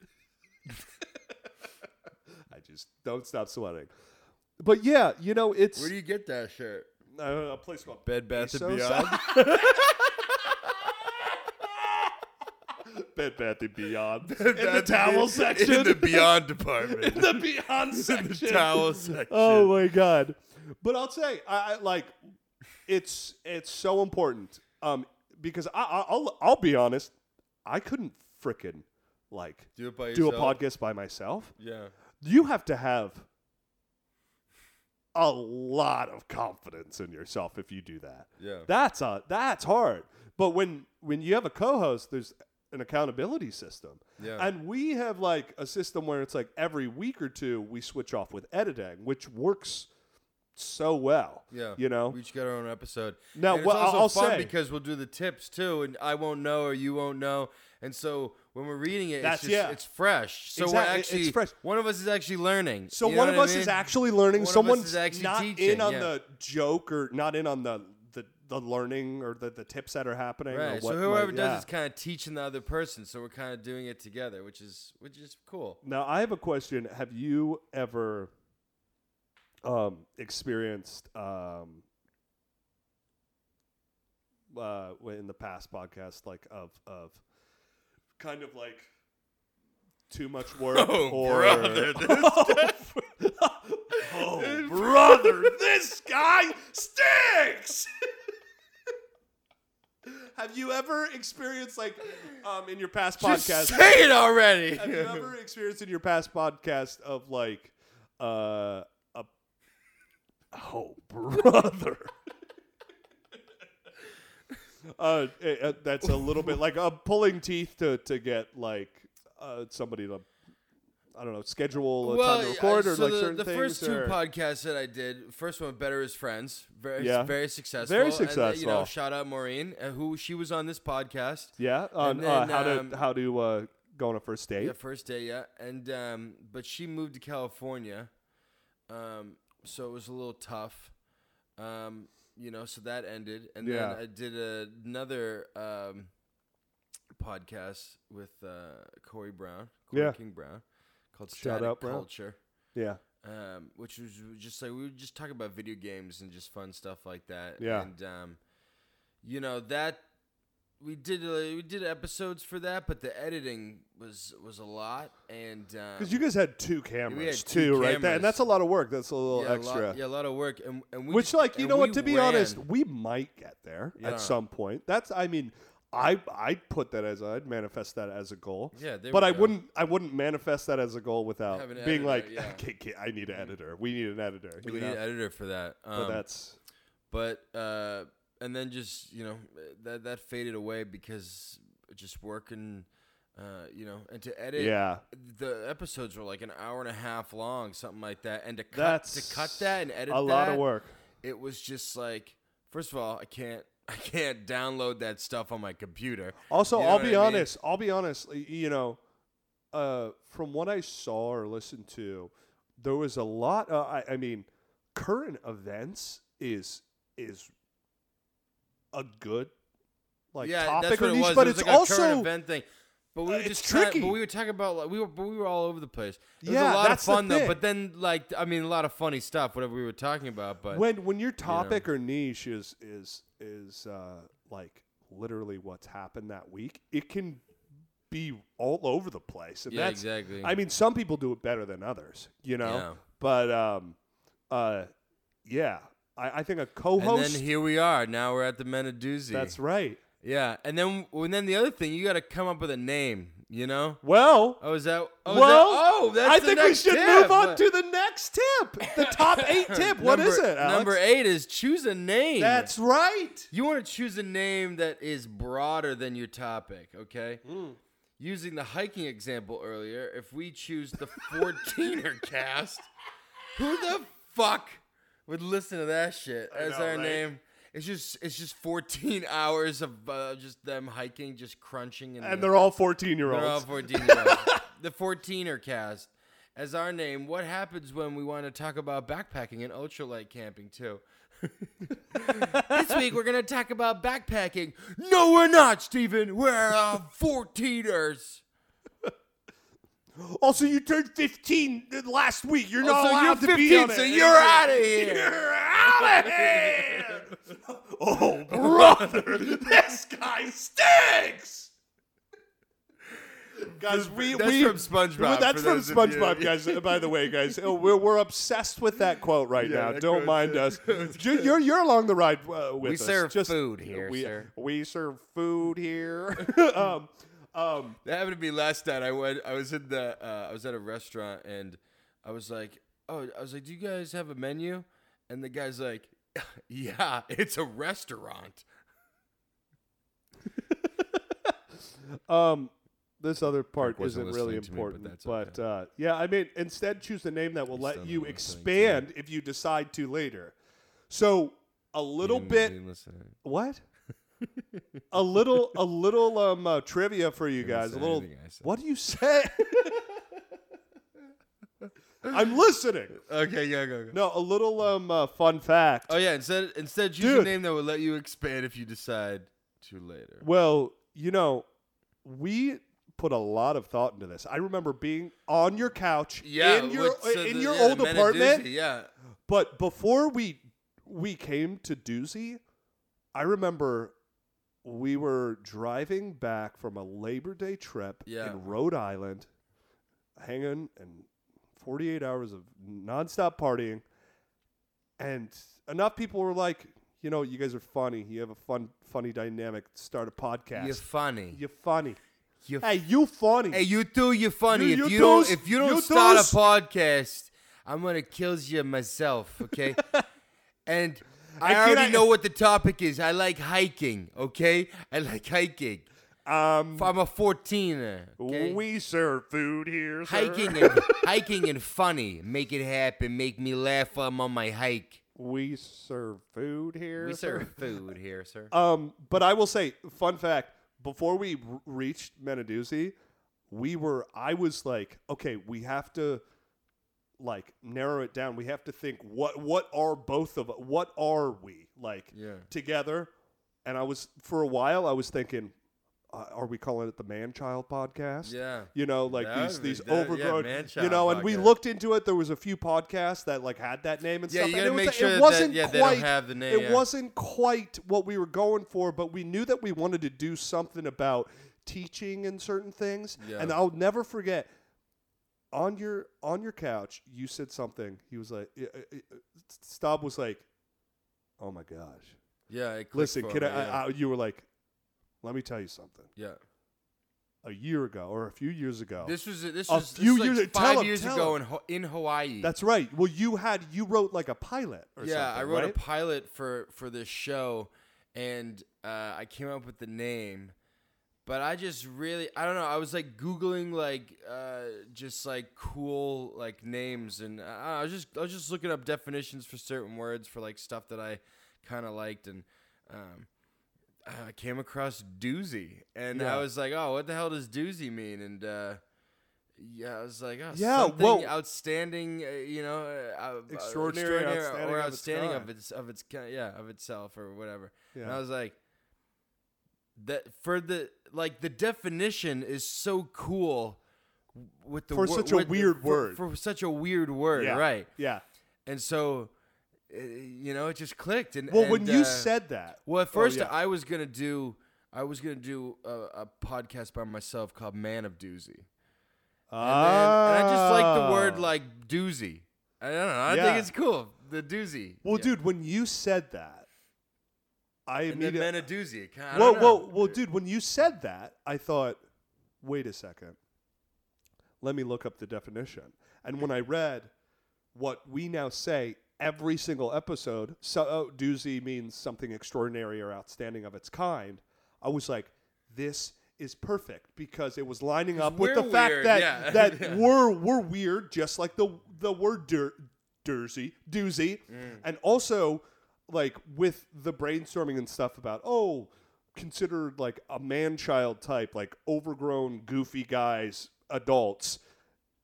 [SPEAKER 2] I just don't stop sweating. But yeah, you know, it's
[SPEAKER 1] Where do you get that shirt?
[SPEAKER 2] uh, a place called
[SPEAKER 1] Bed Bath and
[SPEAKER 2] Bezos?
[SPEAKER 1] Beyond.
[SPEAKER 2] Bed Bath and Beyond in the
[SPEAKER 1] That's
[SPEAKER 2] towel section.
[SPEAKER 1] in the Beyond department,
[SPEAKER 2] the Beyond
[SPEAKER 1] in
[SPEAKER 2] section.
[SPEAKER 1] the towel section.
[SPEAKER 2] Oh my god! But I'll say, I, I like it's it's so important um, because I, I, I'll I'll be honest, I couldn't frickin' like
[SPEAKER 1] do it by
[SPEAKER 2] do
[SPEAKER 1] yourself.
[SPEAKER 2] a podcast by myself.
[SPEAKER 1] Yeah,
[SPEAKER 2] You have to have a lot of confidence in yourself if you do that.
[SPEAKER 1] yeah.
[SPEAKER 2] That's a that's hard. But when when you have a co-host, there's an accountability system.
[SPEAKER 1] Yeah.
[SPEAKER 2] And we have like a system where it's like every week or two we switch off with editing, which works so well.
[SPEAKER 1] Yeah,
[SPEAKER 2] You know?
[SPEAKER 1] we each got our own episode.
[SPEAKER 2] Now,
[SPEAKER 1] and it's
[SPEAKER 2] well, I'll-
[SPEAKER 1] also
[SPEAKER 2] I'll
[SPEAKER 1] fun
[SPEAKER 2] say-
[SPEAKER 1] because we'll do the tips too, and I won't know or you won't know, and so when we're reading it, it's
[SPEAKER 2] That's-
[SPEAKER 1] just,
[SPEAKER 2] yeah.
[SPEAKER 1] it's fresh. So
[SPEAKER 2] Exactly,
[SPEAKER 1] we're
[SPEAKER 2] it-
[SPEAKER 1] actually
[SPEAKER 2] it's fresh.
[SPEAKER 1] one of us is actually learning.
[SPEAKER 2] so
[SPEAKER 1] You know
[SPEAKER 2] one
[SPEAKER 1] what
[SPEAKER 2] of
[SPEAKER 1] I
[SPEAKER 2] us is
[SPEAKER 1] mean?
[SPEAKER 2] actually learning.
[SPEAKER 1] One of us
[SPEAKER 2] Someone's
[SPEAKER 1] is actually
[SPEAKER 2] not
[SPEAKER 1] teaching,
[SPEAKER 2] in on
[SPEAKER 1] yeah.
[SPEAKER 2] the joke or not in on the the, the learning or the, the tips that are happening. or
[SPEAKER 1] right. So
[SPEAKER 2] what
[SPEAKER 1] whoever
[SPEAKER 2] might-
[SPEAKER 1] does
[SPEAKER 2] yeah.
[SPEAKER 1] is kind of teaching the other person. So we're kind of doing it together, which is which is cool.
[SPEAKER 2] Now I have a question. Have you ever um, experienced um, uh, w- in the past podcast like of of kind of like too much work
[SPEAKER 1] Oh,
[SPEAKER 2] or
[SPEAKER 1] brother,
[SPEAKER 2] this oh brother this guy stinks. Have you ever experienced like um, in your past podcast?
[SPEAKER 1] Just say it already.
[SPEAKER 2] Have you ever experienced in your past podcast of like uh a oh brother? uh, eh, eh, that's a little bit like uh, pulling teeth to to get like uh somebody to I don't know schedule a time to
[SPEAKER 1] yeah,
[SPEAKER 2] record or
[SPEAKER 1] so
[SPEAKER 2] like
[SPEAKER 1] the,
[SPEAKER 2] certain
[SPEAKER 1] the
[SPEAKER 2] things.
[SPEAKER 1] first two
[SPEAKER 2] or-
[SPEAKER 1] podcasts that I did, first one better as friends, very
[SPEAKER 2] Yeah.
[SPEAKER 1] very successful,
[SPEAKER 2] Very
[SPEAKER 1] And, uh, you know,
[SPEAKER 2] successful.
[SPEAKER 1] shout out Maureen, uh, who she was on this podcast.
[SPEAKER 2] yeah, on
[SPEAKER 1] and
[SPEAKER 2] uh,
[SPEAKER 1] then,
[SPEAKER 2] how
[SPEAKER 1] um,
[SPEAKER 2] to how to uh, go on a first date.
[SPEAKER 1] The first day, yeah, and um, but she moved to California, um, so it was a little tough, um, you know. So that ended, and
[SPEAKER 2] Yeah.
[SPEAKER 1] then I did another um, podcast with uh, Corey Brown, Corey
[SPEAKER 2] Yeah.
[SPEAKER 1] King Brown, called
[SPEAKER 2] Shout
[SPEAKER 1] Static
[SPEAKER 2] out, Brown.
[SPEAKER 1] Culture.
[SPEAKER 2] Yeah,
[SPEAKER 1] um, which was just like we were just talking about video games and just fun stuff like that.
[SPEAKER 2] Yeah.
[SPEAKER 1] and um, you know that we did uh, we did episodes for that, but the editing was was a lot, and um,
[SPEAKER 2] because you guys had two cameras
[SPEAKER 1] had two
[SPEAKER 2] too, right? There,
[SPEAKER 1] cameras.
[SPEAKER 2] and that's a lot of work. That's a
[SPEAKER 1] yeah,
[SPEAKER 2] little
[SPEAKER 1] a
[SPEAKER 2] extra.
[SPEAKER 1] lot, yeah, a lot of work, and, and we
[SPEAKER 2] Which,
[SPEAKER 1] just-
[SPEAKER 2] like, you
[SPEAKER 1] and
[SPEAKER 2] know
[SPEAKER 1] we
[SPEAKER 2] what? To be honest,
[SPEAKER 1] ran.
[SPEAKER 2] we might get there
[SPEAKER 1] Yeah.
[SPEAKER 2] at some point. That's, I mean, I I put that as I'd manifest that as a goal.
[SPEAKER 1] Yeah, there
[SPEAKER 2] but
[SPEAKER 1] we
[SPEAKER 2] I
[SPEAKER 1] go.
[SPEAKER 2] wouldn't I wouldn't manifest that as a goal without
[SPEAKER 1] Have an editor,
[SPEAKER 2] being like,
[SPEAKER 1] yeah. Mm.
[SPEAKER 2] okay, okay, I need an editor. We need an editor.
[SPEAKER 1] we
[SPEAKER 2] you
[SPEAKER 1] need
[SPEAKER 2] know?
[SPEAKER 1] an editor for that. Um,
[SPEAKER 2] but that's
[SPEAKER 1] but uh, and then just you know that that faded away because just working, uh, you know, and to edit,
[SPEAKER 2] yeah.
[SPEAKER 1] the episodes were like an hour and a half long, something like that. And to cut
[SPEAKER 2] That's
[SPEAKER 1] to cut that and edit
[SPEAKER 2] a lot of
[SPEAKER 1] that,
[SPEAKER 2] work.
[SPEAKER 1] It was just like, first of all, I can't I can't download that stuff on my computer.
[SPEAKER 2] Also,
[SPEAKER 1] You know
[SPEAKER 2] I'll
[SPEAKER 1] what I
[SPEAKER 2] be
[SPEAKER 1] mean?
[SPEAKER 2] honest. I'll be honest. y- You know, uh, from what I saw or listened to, there was a lot. Uh, I, I mean, current events is is a good like
[SPEAKER 1] yeah,
[SPEAKER 2] topic
[SPEAKER 1] that's
[SPEAKER 2] or
[SPEAKER 1] what it
[SPEAKER 2] niche,
[SPEAKER 1] was.
[SPEAKER 2] but
[SPEAKER 1] it was
[SPEAKER 2] it's
[SPEAKER 1] like a current
[SPEAKER 2] also
[SPEAKER 1] event thing. But we
[SPEAKER 2] uh,
[SPEAKER 1] were
[SPEAKER 2] it's
[SPEAKER 1] just kinda-
[SPEAKER 2] tricky.
[SPEAKER 1] but we were talking about like we were but we were all over the place. It was
[SPEAKER 2] Yeah,
[SPEAKER 1] a lot
[SPEAKER 2] that's
[SPEAKER 1] of
[SPEAKER 2] the
[SPEAKER 1] fun though.
[SPEAKER 2] thing.
[SPEAKER 1] But then like I mean a lot of funny stuff, whatever we were talking about. But
[SPEAKER 2] when when your topic or niche is is is uh, like literally what's happened that week, it can be all over the place. And
[SPEAKER 1] Yeah,
[SPEAKER 2] that's,
[SPEAKER 1] exactly.
[SPEAKER 2] I mean, some people do it better than others, you know.
[SPEAKER 1] Yeah.
[SPEAKER 2] But um, uh, yeah, I, I think a
[SPEAKER 1] and
[SPEAKER 2] co-host.
[SPEAKER 1] then here we are. Now we're at the Men of Doozy.
[SPEAKER 2] that's right.
[SPEAKER 1] yeah. And then and then the other thing, you got to come up with a name. You know.
[SPEAKER 2] Well,
[SPEAKER 1] Oh, is that? Oh, is
[SPEAKER 2] well,
[SPEAKER 1] that- oh, that's
[SPEAKER 2] I
[SPEAKER 1] the
[SPEAKER 2] think we
[SPEAKER 1] next
[SPEAKER 2] should
[SPEAKER 1] tip.
[SPEAKER 2] move on
[SPEAKER 1] What-
[SPEAKER 2] to the next tip, the top eight tip. What is
[SPEAKER 1] Number-
[SPEAKER 2] it, Alex?
[SPEAKER 1] Number eight is choose a name.
[SPEAKER 2] That's right.
[SPEAKER 1] you want to choose a name that is broader than your topic. Okay.
[SPEAKER 2] Hmm.
[SPEAKER 1] Using the hiking example earlier, if we choose the 14er cast, who the fuck would listen to that shit as
[SPEAKER 2] know,
[SPEAKER 1] our
[SPEAKER 2] right?
[SPEAKER 1] name? It's just it's just 14 hours of uh, just them hiking, just crunching, and,
[SPEAKER 2] And they're all fourteen-year-olds.
[SPEAKER 1] they're all 14 year olds. the 14er cast as our name. What happens when we want to talk about backpacking and ultralight camping too? this week we're going to talk about backpacking. No, we're not, Steven. We're uh, 14ers.
[SPEAKER 2] Also, you turned 15 th- last week. You're not
[SPEAKER 1] Also, you're
[SPEAKER 2] allowed Oh, to be
[SPEAKER 1] 15,
[SPEAKER 2] on
[SPEAKER 1] Oh, so
[SPEAKER 2] it.
[SPEAKER 1] you're outta here.
[SPEAKER 2] You're out of here. oh, brother, this guy stinks. Guys, we
[SPEAKER 1] That's
[SPEAKER 2] we,
[SPEAKER 1] from SpongeBob,
[SPEAKER 2] That's
[SPEAKER 1] for
[SPEAKER 2] from
[SPEAKER 1] those of you.
[SPEAKER 2] SpongeBob, guys. Uh, By the way, guys, oh, we're, we're obsessed with that quote right
[SPEAKER 1] Yeah,
[SPEAKER 2] now.
[SPEAKER 1] that
[SPEAKER 2] Don't
[SPEAKER 1] quote's
[SPEAKER 2] mind
[SPEAKER 1] good.
[SPEAKER 2] us. You're, you're you're along the ride uh, with
[SPEAKER 1] We
[SPEAKER 2] us.
[SPEAKER 1] serve
[SPEAKER 2] Just-
[SPEAKER 1] food here,
[SPEAKER 2] We
[SPEAKER 1] sir.
[SPEAKER 2] we serve food here. um, um,
[SPEAKER 1] That happened to me last night. I went. I was in the. Uh, I was at a restaurant and I was like, "Oh, I was like, do you guys have a menu?" And the guy's like, "Yeah, it's a restaurant."
[SPEAKER 2] Um, this other part
[SPEAKER 1] wasn't
[SPEAKER 2] isn't really
[SPEAKER 1] listening to me, but
[SPEAKER 2] important,
[SPEAKER 1] that's
[SPEAKER 2] but, uh, yeah, I mean, instead choose the name that will
[SPEAKER 1] still
[SPEAKER 2] let
[SPEAKER 1] not
[SPEAKER 2] you
[SPEAKER 1] listening to
[SPEAKER 2] expand if you decide to later. So a little
[SPEAKER 1] You
[SPEAKER 2] bit,
[SPEAKER 1] didn't listen.
[SPEAKER 2] what? a little, a little um uh, trivia for you guys. A
[SPEAKER 1] say
[SPEAKER 2] little,
[SPEAKER 1] anything I said.
[SPEAKER 2] what do you say? I'm listening.
[SPEAKER 1] Okay, yeah, go go.
[SPEAKER 2] No, a little um uh, fun fact.
[SPEAKER 1] Oh yeah. Instead, instead, choose a
[SPEAKER 2] Dude.
[SPEAKER 1] name that will let you expand if you decide to later.
[SPEAKER 2] Well, you know, we put a lot of thought into this. I remember being on your couch
[SPEAKER 1] Yeah,
[SPEAKER 2] in your
[SPEAKER 1] with- so
[SPEAKER 2] in
[SPEAKER 1] the-
[SPEAKER 2] your
[SPEAKER 1] yeah, the
[SPEAKER 2] old
[SPEAKER 1] men at
[SPEAKER 2] apartment,
[SPEAKER 1] Disney, yeah.
[SPEAKER 2] but before we we came to Doozy, I remember we were driving back from a Labor Day trip
[SPEAKER 1] Yeah.
[SPEAKER 2] in Rhode Island, hanging and 48 hours of nonstop partying. And enough people were like, you know, you guys are funny. You have a fun, funny dynamic. Start a podcast.
[SPEAKER 1] You're funny.
[SPEAKER 2] You're funny.
[SPEAKER 1] You're
[SPEAKER 2] hey, you funny.
[SPEAKER 1] Hey, you two, you're funny.
[SPEAKER 2] You-
[SPEAKER 1] if you,
[SPEAKER 2] you
[SPEAKER 1] don't,
[SPEAKER 2] twos,
[SPEAKER 1] if you don't
[SPEAKER 2] you
[SPEAKER 1] start
[SPEAKER 2] twos.
[SPEAKER 1] a podcast, I'm gonna kill you myself. Okay, and I,
[SPEAKER 2] I can't-
[SPEAKER 1] already
[SPEAKER 2] I-
[SPEAKER 1] know what the topic is. I like hiking. Okay, I like hiking.
[SPEAKER 2] um,
[SPEAKER 1] I'm a 14er. Okay?
[SPEAKER 2] we serve food here. sir.
[SPEAKER 1] hiking and hiking and funny. Make it happen. Make me laugh while I'm on my hike.
[SPEAKER 2] We serve food here.
[SPEAKER 1] We
[SPEAKER 2] sir.
[SPEAKER 1] serve food here, sir.
[SPEAKER 2] Um, but I will say, fun fact: before we r- reached Menaduzzi, we were. I was like, okay, we have to like narrow it down. We have to think what what are both of what are we like
[SPEAKER 1] Yeah.
[SPEAKER 2] together? And I was for a while. I was thinking, uh, are we calling it the Man Child Podcast?
[SPEAKER 1] Yeah.
[SPEAKER 2] you know, like
[SPEAKER 1] That
[SPEAKER 2] these
[SPEAKER 1] would be-
[SPEAKER 2] these
[SPEAKER 1] that- yeah,
[SPEAKER 2] overgrown,
[SPEAKER 1] Man-child
[SPEAKER 2] you know. And we
[SPEAKER 1] podcast.
[SPEAKER 2] looked into it. There was a few podcasts that like had that name and
[SPEAKER 1] Yeah,
[SPEAKER 2] stuff.
[SPEAKER 1] you
[SPEAKER 2] and
[SPEAKER 1] gotta
[SPEAKER 2] it was-
[SPEAKER 1] make sure
[SPEAKER 2] it
[SPEAKER 1] that-
[SPEAKER 2] wasn't
[SPEAKER 1] yeah, they
[SPEAKER 2] quite
[SPEAKER 1] don't have the name,
[SPEAKER 2] It
[SPEAKER 1] yeah.
[SPEAKER 2] wasn't quite what we were going for, but we knew that we wanted to do something about teaching and certain things.
[SPEAKER 1] Yeah.
[SPEAKER 2] And I'll never forget on your on your couch, you said something. He was like, uh, Stob was like, "Oh my gosh,
[SPEAKER 1] Yeah. it clicked
[SPEAKER 2] listen,
[SPEAKER 1] for
[SPEAKER 2] kid,"
[SPEAKER 1] me,
[SPEAKER 2] I,
[SPEAKER 1] yeah.
[SPEAKER 2] I, I, you were like, "Let me tell you something."
[SPEAKER 1] yeah.
[SPEAKER 2] A year ago, or a few years ago,
[SPEAKER 1] This was this
[SPEAKER 2] A
[SPEAKER 1] was this
[SPEAKER 2] few
[SPEAKER 1] was like
[SPEAKER 2] years- tell
[SPEAKER 1] five
[SPEAKER 2] him,
[SPEAKER 1] years
[SPEAKER 2] tell
[SPEAKER 1] ago
[SPEAKER 2] him.
[SPEAKER 1] in Ho- in Hawaii.
[SPEAKER 2] That's right. Well, you had you wrote like a pilot or
[SPEAKER 1] yeah,
[SPEAKER 2] something.
[SPEAKER 1] I wrote
[SPEAKER 2] right?
[SPEAKER 1] a pilot for for this show, and uh, I came up with the name, but I just really I don't know. I was like googling like uh, just like cool like names, and I, I was just I was just looking up definitions for certain words for like stuff that I kind of liked, and um, I came across doozy, and
[SPEAKER 2] Yeah.
[SPEAKER 1] I was like, oh, what the hell does doozy mean? And uh, yeah, I was like, oh,
[SPEAKER 2] Yeah,
[SPEAKER 1] something
[SPEAKER 2] well-
[SPEAKER 1] outstanding, uh, you know, uh, uh, uh,
[SPEAKER 2] Extraordinary, outstanding
[SPEAKER 1] or
[SPEAKER 2] of its
[SPEAKER 1] outstanding of
[SPEAKER 2] kind.
[SPEAKER 1] its of its, ki yeah of itself or whatever. And I
[SPEAKER 2] Yeah.
[SPEAKER 1] was like, that for the like the definition is so cool w- with the
[SPEAKER 2] For
[SPEAKER 1] wor-
[SPEAKER 2] such a
[SPEAKER 1] with the-
[SPEAKER 2] weird
[SPEAKER 1] for-
[SPEAKER 2] word.
[SPEAKER 1] for such a weird word,
[SPEAKER 2] Yeah.
[SPEAKER 1] right?
[SPEAKER 2] Yeah.
[SPEAKER 1] And so, uh, you know, it just clicked. And
[SPEAKER 2] Well, when
[SPEAKER 1] and,
[SPEAKER 2] you
[SPEAKER 1] uh,
[SPEAKER 2] said that,
[SPEAKER 1] well, at
[SPEAKER 2] Oh,
[SPEAKER 1] first
[SPEAKER 2] yeah.
[SPEAKER 1] I was gonna do I was gonna do a, a podcast by myself called Man of Doozy. And, then, and I just like the word
[SPEAKER 2] Ah.
[SPEAKER 1] like doozy. I don't know. I
[SPEAKER 2] Yeah.
[SPEAKER 1] think it's cool. The doozy.
[SPEAKER 2] Well,
[SPEAKER 1] Yeah.
[SPEAKER 2] dude, when you said that, I
[SPEAKER 1] And then man
[SPEAKER 2] immediately.
[SPEAKER 1] of doozy. It kinda, I
[SPEAKER 2] Well,
[SPEAKER 1] don't know.
[SPEAKER 2] well, well, dude, when you said that, I thought, wait a second. Let me look up the definition. And when I read what we now say every single episode, so oh, doozy means something extraordinary or outstanding of its kind. I was like, this is perfect because it was lining up with
[SPEAKER 1] we're
[SPEAKER 2] the fact
[SPEAKER 1] weird,
[SPEAKER 2] that
[SPEAKER 1] yeah.
[SPEAKER 2] that
[SPEAKER 1] Yeah.
[SPEAKER 2] we're we're weird, just like the the word dir- doozy, doozy,
[SPEAKER 1] Mm.
[SPEAKER 2] and also like with the brainstorming and stuff about oh, considered like a man child type, like overgrown, goofy guys, adults,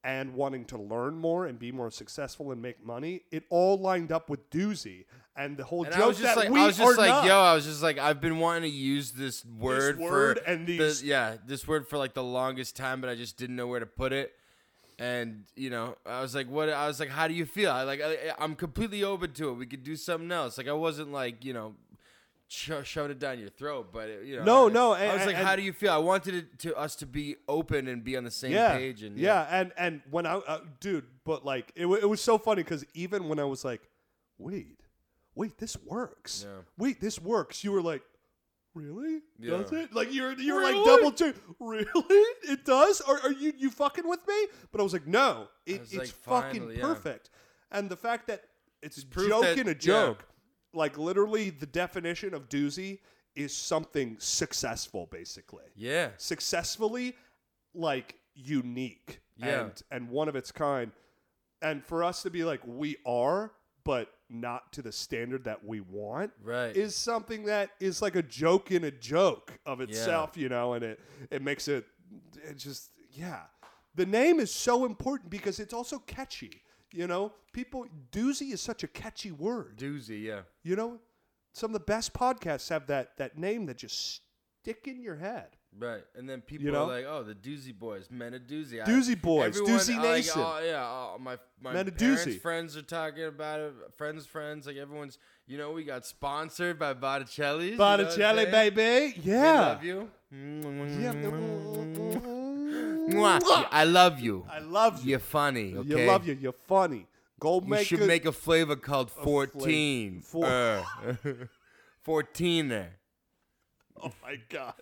[SPEAKER 2] and wanting to learn more and be more successful and make money. It all lined up with doozy and the whole
[SPEAKER 1] And
[SPEAKER 2] joke
[SPEAKER 1] I was just
[SPEAKER 2] that
[SPEAKER 1] like,
[SPEAKER 2] we
[SPEAKER 1] I was just
[SPEAKER 2] are
[SPEAKER 1] like,
[SPEAKER 2] not.
[SPEAKER 1] yo, I was just like, I've been wanting to use this word,
[SPEAKER 2] word
[SPEAKER 1] for
[SPEAKER 2] and
[SPEAKER 1] the-
[SPEAKER 2] these-
[SPEAKER 1] yeah, this word for like the longest time, but I just didn't know where to put it. and you know i was like what i was like how do you feel i like I, i'm completely open to it we could do something else like i wasn't like you know sho- shoving it down your throat but it, you know
[SPEAKER 2] No,
[SPEAKER 1] I,
[SPEAKER 2] no,
[SPEAKER 1] i
[SPEAKER 2] and-
[SPEAKER 1] was like
[SPEAKER 2] and-
[SPEAKER 1] how do you feel i wanted it to us to be open and be on the same
[SPEAKER 2] yeah,
[SPEAKER 1] page and
[SPEAKER 2] yeah, and and when I, uh, dude, but like it, wa- it was so funny because even when I was like, wait, wait, this works.
[SPEAKER 1] Yeah.
[SPEAKER 2] Wait, this works. You were like, really? Does
[SPEAKER 1] Yeah.
[SPEAKER 2] it? Like you're you're like
[SPEAKER 1] Really?
[SPEAKER 2] double check. Really? It does? Are, are you you fucking with me? But I was like, no, it,
[SPEAKER 1] was
[SPEAKER 2] it's
[SPEAKER 1] like,
[SPEAKER 2] fucking
[SPEAKER 1] finally, yeah.
[SPEAKER 2] perfect. And the fact that it's, a
[SPEAKER 1] proof
[SPEAKER 2] joke
[SPEAKER 1] that-
[SPEAKER 2] in a
[SPEAKER 1] yeah.
[SPEAKER 2] joke, like literally the definition of doozy is something successful, basically
[SPEAKER 1] yeah
[SPEAKER 2] successfully like unique
[SPEAKER 1] Yeah.
[SPEAKER 2] and and one of its kind and for us to be like we are but not to the standard that we want
[SPEAKER 1] right
[SPEAKER 2] is something that is like a joke in a joke of itself you know and it it makes it it just yeah the name is so important because it's also catchy you know people doozy is such a catchy word
[SPEAKER 1] doozy yeah
[SPEAKER 2] you know some of the best podcasts have that that name that just stick in your head
[SPEAKER 1] Right, and then people
[SPEAKER 2] know?
[SPEAKER 1] are like, "Oh, the Doozy Boys, Men of Doozy, I-
[SPEAKER 2] Doozy Boys, Doozy
[SPEAKER 1] I
[SPEAKER 2] Nation.
[SPEAKER 1] Like, oh, yeah, oh, my my
[SPEAKER 2] Men of
[SPEAKER 1] parents,
[SPEAKER 2] Doozy.
[SPEAKER 1] friends are talking about it. Friends, friends, like everyone's. You know, we got sponsored by Botticelli's. you know what I'm
[SPEAKER 2] Botticelli,
[SPEAKER 1] saying?
[SPEAKER 2] baby.
[SPEAKER 1] We
[SPEAKER 2] Yeah.
[SPEAKER 1] love you. Mm-hmm.
[SPEAKER 2] Yeah.
[SPEAKER 1] Mwah.
[SPEAKER 2] Mwah.
[SPEAKER 1] I love you.
[SPEAKER 2] I love you.
[SPEAKER 1] You're funny. Okay?
[SPEAKER 2] You love you. You're funny. Go
[SPEAKER 1] You
[SPEAKER 2] make
[SPEAKER 1] should
[SPEAKER 2] a-
[SPEAKER 1] make a flavor called fourteen.
[SPEAKER 2] Four-
[SPEAKER 1] er. fourteen there.
[SPEAKER 2] Oh my god.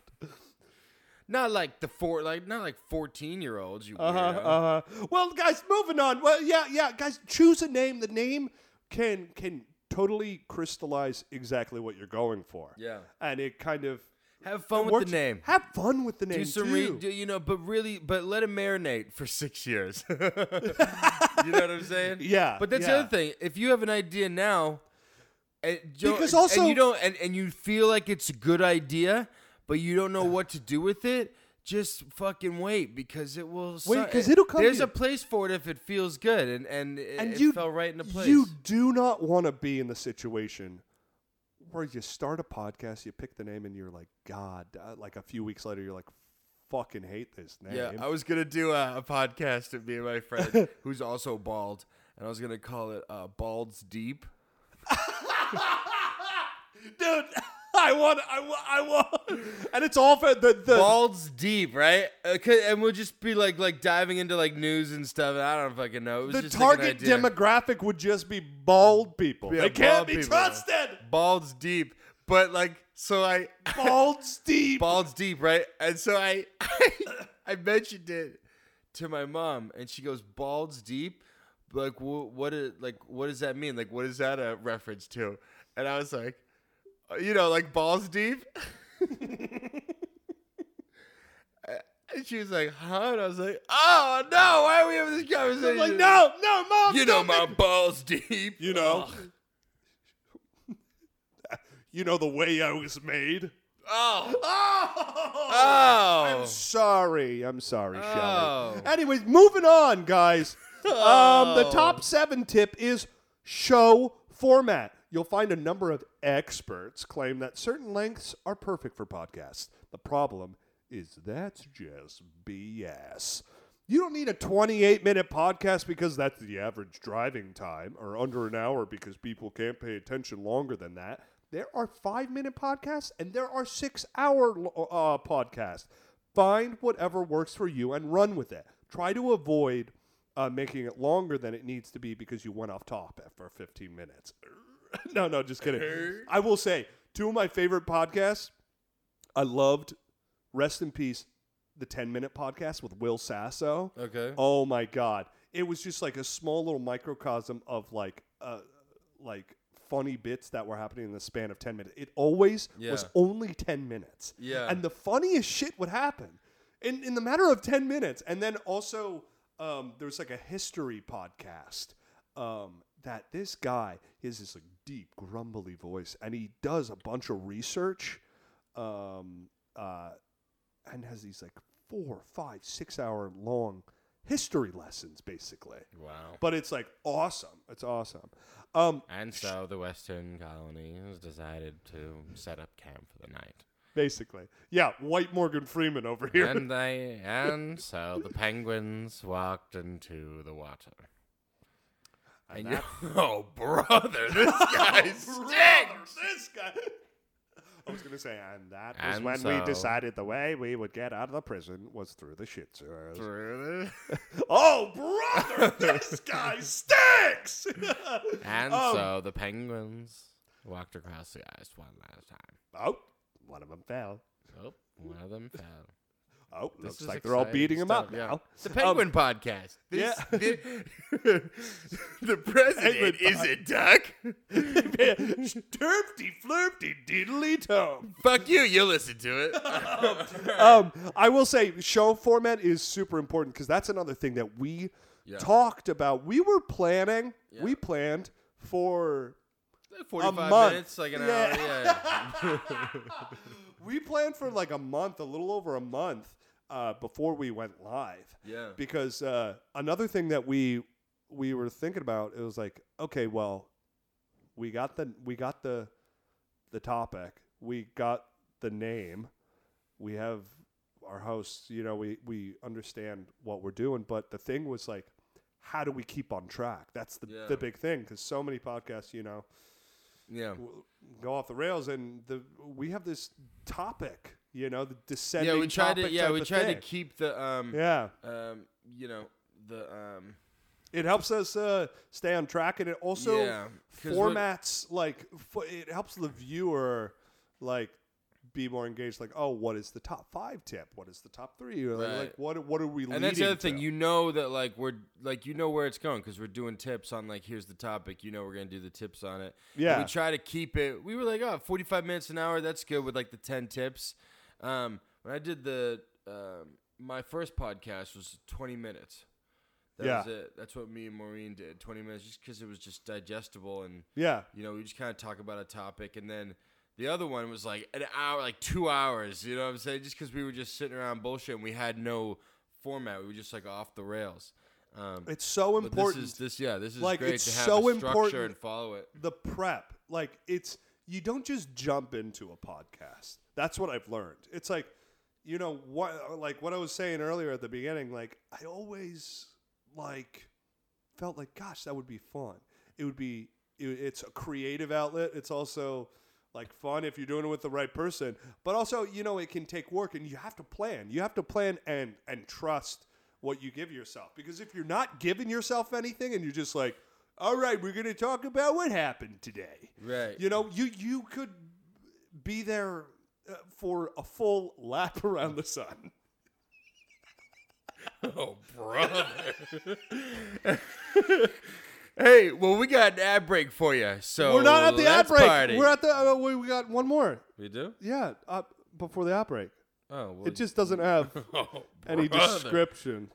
[SPEAKER 1] Not like the four, like not like fourteen year olds. You
[SPEAKER 2] Uh huh.
[SPEAKER 1] weirdo.
[SPEAKER 2] Uh huh. Well, guys, moving on. Well, yeah, yeah, guys, choose a name. The name can can totally crystallize exactly what you're going for.
[SPEAKER 1] Yeah.
[SPEAKER 2] And it kind of
[SPEAKER 1] Have fun with
[SPEAKER 2] works-
[SPEAKER 1] the name.
[SPEAKER 2] Have fun with the name.
[SPEAKER 1] do some
[SPEAKER 2] too.
[SPEAKER 1] re- do, you know but really but let it marinate for six years you know what i'm saying
[SPEAKER 2] Yeah,
[SPEAKER 1] but that's
[SPEAKER 2] yeah.
[SPEAKER 1] the other thing if you have an idea now eh, and don't,
[SPEAKER 2] Because
[SPEAKER 1] because
[SPEAKER 2] also-
[SPEAKER 1] also you don't and, and you feel like it's a good idea but you don't know what to do with it just fucking wait because it will su-
[SPEAKER 2] Wait, 'cause it'll come to
[SPEAKER 1] there's
[SPEAKER 2] you.
[SPEAKER 1] a place for it if it feels good and and it,
[SPEAKER 2] and
[SPEAKER 1] it
[SPEAKER 2] you
[SPEAKER 1] fell right into place
[SPEAKER 2] You do not want to be in the situation where you start a podcast, you pick the name, and you're like, God. Uh, like a few weeks later, you're like, fucking hate this name.
[SPEAKER 1] yeah i was gonna do a, a podcast with me and my friend who's also bald and i was gonna call it uh, bald's deep
[SPEAKER 2] dude. I want, I want, I want, and it's all for the the.
[SPEAKER 1] balls deep, right? Uh, 'cause- and we'll just be like like diving into like news and stuff. and I don't fucking know. It was
[SPEAKER 2] the
[SPEAKER 1] just like
[SPEAKER 2] target
[SPEAKER 1] an idea.
[SPEAKER 2] demographic would just be bald people.
[SPEAKER 1] Yeah,
[SPEAKER 2] they can't
[SPEAKER 1] bald
[SPEAKER 2] be
[SPEAKER 1] people.
[SPEAKER 2] trusted.
[SPEAKER 1] balls deep, but like so I
[SPEAKER 2] Bald Steve.
[SPEAKER 1] balls deep, right? And so I I, mentioned it to my mom, and she goes balls deep. Like wh- what? i- like what does that mean? Like what is that a reference to? And I was like, uh, you know, like balls deep. And she was like, huh? And I was like, oh no, why are we having this
[SPEAKER 2] I'm
[SPEAKER 1] conversation?
[SPEAKER 2] like, no, no, mom.
[SPEAKER 1] You know
[SPEAKER 2] don't
[SPEAKER 1] my
[SPEAKER 2] make-
[SPEAKER 1] balls deep.
[SPEAKER 2] You know.
[SPEAKER 1] Ugh.
[SPEAKER 2] you know the way I was made.
[SPEAKER 1] Oh.
[SPEAKER 2] Oh,
[SPEAKER 1] Oh.
[SPEAKER 2] I'm sorry. I'm sorry, Shelly.
[SPEAKER 1] Oh.
[SPEAKER 2] Anyways, moving on, guys. Um, the
[SPEAKER 1] Oh.
[SPEAKER 2] top seven tip is show format. You'll find a number of experts claim that certain lengths are perfect for podcasts. The problem is that's just BS. You don't need a 28 minute podcast because that's the average driving time, or under an hour because people can't pay attention longer than that. There are five minute podcasts and there are six hour uh, podcasts. Find whatever works for you and run with it. Try to avoid uh, making it longer than it needs to be because you went off top after 15 minutes. no, no, just kidding. I will say, two of my favorite podcasts I loved Rest in Peace, the 10 minute podcast with Will Sasso.
[SPEAKER 1] Okay.
[SPEAKER 2] Oh my God. It was just like a small little microcosm of like, uh, like funny bits that were happening in the span of 10 minutes. It always was
[SPEAKER 1] Yeah.
[SPEAKER 2] only 10 minutes.
[SPEAKER 1] Yeah.
[SPEAKER 2] And the funniest shit would happen in, in the matter of 10 minutes. And then also, um, there was like a history podcast um, that this guy is this like deep, grumbly voice, and he does a bunch of research um, uh, and has these like four, five, six hour long history lessons, basically.
[SPEAKER 1] Wow.
[SPEAKER 2] But it's like awesome. It's awesome. Um,
[SPEAKER 1] And so the Western colonies decided to set up camp for the night.
[SPEAKER 2] basically. Yeah, white Morgan Freeman over here.
[SPEAKER 3] And they and so the penguins walked into the water. And you- oh brother, this
[SPEAKER 2] Oh,
[SPEAKER 3] guy stinks.
[SPEAKER 2] this guy. I was gonna say, and that was
[SPEAKER 3] And
[SPEAKER 2] when
[SPEAKER 3] so-
[SPEAKER 2] we decided the way we would get out of the prison was through the shit sewers.
[SPEAKER 3] Brother.
[SPEAKER 2] Oh, brother, this guy stinks.
[SPEAKER 3] and
[SPEAKER 2] Um,
[SPEAKER 3] so the penguins walked across the ice one last time.
[SPEAKER 2] oh, one of them fell.
[SPEAKER 3] Oh, one of them fell.
[SPEAKER 2] Oh,
[SPEAKER 3] This
[SPEAKER 2] looks
[SPEAKER 3] is
[SPEAKER 2] like they're all
[SPEAKER 3] exciting
[SPEAKER 2] beating him
[SPEAKER 3] stuff,
[SPEAKER 2] up
[SPEAKER 3] yeah.
[SPEAKER 2] now. Um,
[SPEAKER 3] It's the Penguin Podcast. This,
[SPEAKER 2] yeah.
[SPEAKER 3] the, the president
[SPEAKER 2] Penguin
[SPEAKER 3] is
[SPEAKER 2] pod-
[SPEAKER 3] a duck.
[SPEAKER 2] Derpty flirpty diddly toe.
[SPEAKER 3] Fuck you. You listen to it.
[SPEAKER 2] um, I will say show format is super important because that's another thing that we talked about. We were planning, we planned for
[SPEAKER 1] Forty-five
[SPEAKER 2] month.
[SPEAKER 1] minutes, like an
[SPEAKER 2] Yeah.
[SPEAKER 1] hour. Yeah.
[SPEAKER 2] we planned for like a month, a little over a month uh, before we went live.
[SPEAKER 1] Yeah.
[SPEAKER 2] Because uh, another thing that we we were thinking about it was like, okay, well, we got the we got the the topic, we got the name, we have our hosts. You know, we we understand what we're doing, but the thing was like. How do we keep on track? That's the,
[SPEAKER 1] Yeah.
[SPEAKER 2] the big thing because so many podcasts, you know,
[SPEAKER 1] Yeah.
[SPEAKER 2] w- go off the rails and the we have this topic you know the descending
[SPEAKER 1] Yeah, we tried
[SPEAKER 2] topic
[SPEAKER 1] to. Yeah,
[SPEAKER 2] type
[SPEAKER 1] we
[SPEAKER 2] of
[SPEAKER 1] tried to
[SPEAKER 2] thing.
[SPEAKER 1] keep the um,
[SPEAKER 2] yeah
[SPEAKER 1] um, you know, the um,
[SPEAKER 2] it helps us uh, stay on track and it also
[SPEAKER 1] Yeah, 'cause what-
[SPEAKER 2] formats like fo- it helps the viewer like be more engaged like oh what is the top five tip what is the top three or like,
[SPEAKER 1] Right.
[SPEAKER 2] like, what what are we
[SPEAKER 1] and that's the other
[SPEAKER 2] leading
[SPEAKER 1] thing.
[SPEAKER 2] to?
[SPEAKER 1] You know that like we're like you know where it's going because we're doing tips on like here's the topic. You know we're gonna do the tips on it. And
[SPEAKER 2] Yeah.
[SPEAKER 1] we try to keep it. We were like, oh, 45 minutes an hour. That's good with like the 10 tips. Um, when I did the um, my first podcast was 20 minutes. That
[SPEAKER 2] Yeah.
[SPEAKER 1] was it. That's what me and Maureen did. 20 minutes, just because it was just digestible and
[SPEAKER 2] yeah
[SPEAKER 1] you know, we just kind of talk about a topic, and then the other one was like an hour, like two hours. You know what I'm saying? Just because we were just sitting around bullshit, and we had no format. We were just like off the rails. Um,
[SPEAKER 2] it's so
[SPEAKER 1] but this
[SPEAKER 2] important
[SPEAKER 1] is this, yeah, this is
[SPEAKER 2] Like,
[SPEAKER 1] great
[SPEAKER 2] it's
[SPEAKER 1] to have
[SPEAKER 2] so
[SPEAKER 1] a structure
[SPEAKER 2] important-
[SPEAKER 1] and follow it.
[SPEAKER 2] the prep like it's you don't just jump into a podcast that's what i've learned it's like you know what like what i was saying earlier at the beginning like i always like felt like gosh that would be fun it would be it, it's a creative outlet it's also like fun if you're doing it with the right person but also you know it can take work and you have to plan you have to plan and and trust what you give yourself because if you're not giving yourself anything and you're just like all right we're going to talk about what happened today
[SPEAKER 1] Right.
[SPEAKER 2] you know you you could be there uh, for a full lap around the sun
[SPEAKER 3] Oh brother.
[SPEAKER 1] Hey, well, we got an ad break for you, so
[SPEAKER 2] we're not at the ad
[SPEAKER 1] Oh, let's
[SPEAKER 2] break
[SPEAKER 1] Party.
[SPEAKER 2] we're at the uh, we we got one more
[SPEAKER 1] we do.
[SPEAKER 2] yeah uh, before the ad break
[SPEAKER 1] Oh, well,
[SPEAKER 2] it just doesn't have
[SPEAKER 3] Oh,
[SPEAKER 2] any
[SPEAKER 3] brother.
[SPEAKER 2] description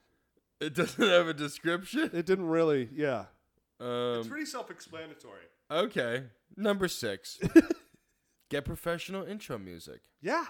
[SPEAKER 1] it doesn't have a description.
[SPEAKER 2] it didn't really yeah
[SPEAKER 1] Um,
[SPEAKER 2] pretty self-explanatory
[SPEAKER 1] okay, number six. Get professional intro music.
[SPEAKER 2] yeah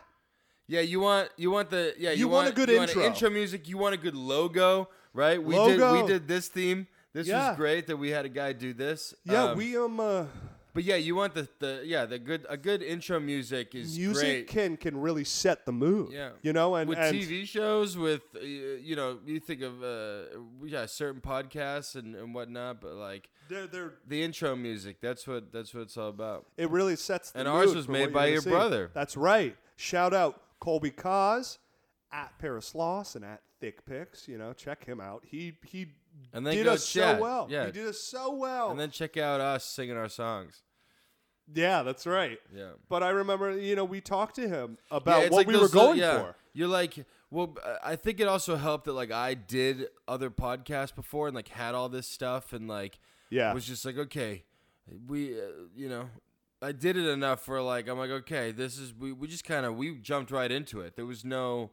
[SPEAKER 1] Yeah, you want you want the yeah you,
[SPEAKER 2] You want a good
[SPEAKER 1] you want
[SPEAKER 2] intro.
[SPEAKER 1] intro music. You want a good logo, right? We did
[SPEAKER 2] Logo.
[SPEAKER 1] we did this theme. This
[SPEAKER 2] Yeah.
[SPEAKER 1] was great that we had a guy do this.
[SPEAKER 2] yeah
[SPEAKER 1] Um,
[SPEAKER 2] we um uh,
[SPEAKER 1] But yeah, you want the, the yeah the good a good intro music is
[SPEAKER 2] music
[SPEAKER 1] great.
[SPEAKER 2] can can really set the mood
[SPEAKER 1] Yeah.
[SPEAKER 2] you know and
[SPEAKER 1] with
[SPEAKER 2] and
[SPEAKER 1] TV shows, with uh, you know, you think of uh, yeah certain podcasts and, and whatnot, but like
[SPEAKER 2] they're, they're,
[SPEAKER 1] the intro music, that's what that's what it's all about.
[SPEAKER 2] it really sets the
[SPEAKER 1] And
[SPEAKER 2] mood
[SPEAKER 1] ours was
[SPEAKER 2] for
[SPEAKER 1] made
[SPEAKER 2] what you're
[SPEAKER 1] by
[SPEAKER 2] gonna
[SPEAKER 1] your
[SPEAKER 2] see.
[SPEAKER 1] brother.
[SPEAKER 2] that's right shout out colby cause at paris loss and at thick picks you know check him out he he
[SPEAKER 1] And then
[SPEAKER 2] did
[SPEAKER 1] go
[SPEAKER 2] us
[SPEAKER 1] chat.
[SPEAKER 2] so well
[SPEAKER 1] Yeah.
[SPEAKER 2] he did us so well
[SPEAKER 1] And then check out us singing our songs.
[SPEAKER 2] yeah that's right
[SPEAKER 1] Yeah.
[SPEAKER 2] but i remember you know we talked to him about
[SPEAKER 1] it's
[SPEAKER 2] what
[SPEAKER 1] like
[SPEAKER 2] we
[SPEAKER 1] those
[SPEAKER 2] were
[SPEAKER 1] little-
[SPEAKER 2] going
[SPEAKER 1] yeah.
[SPEAKER 2] for
[SPEAKER 1] You're like, well, b- I think it also helped that like I did other podcasts before and like had all this stuff and like
[SPEAKER 2] yeah
[SPEAKER 1] was just like, okay, we, uh, you know, I did it enough for like I'm like, okay, this is we we just kind of we jumped right into it. There was no.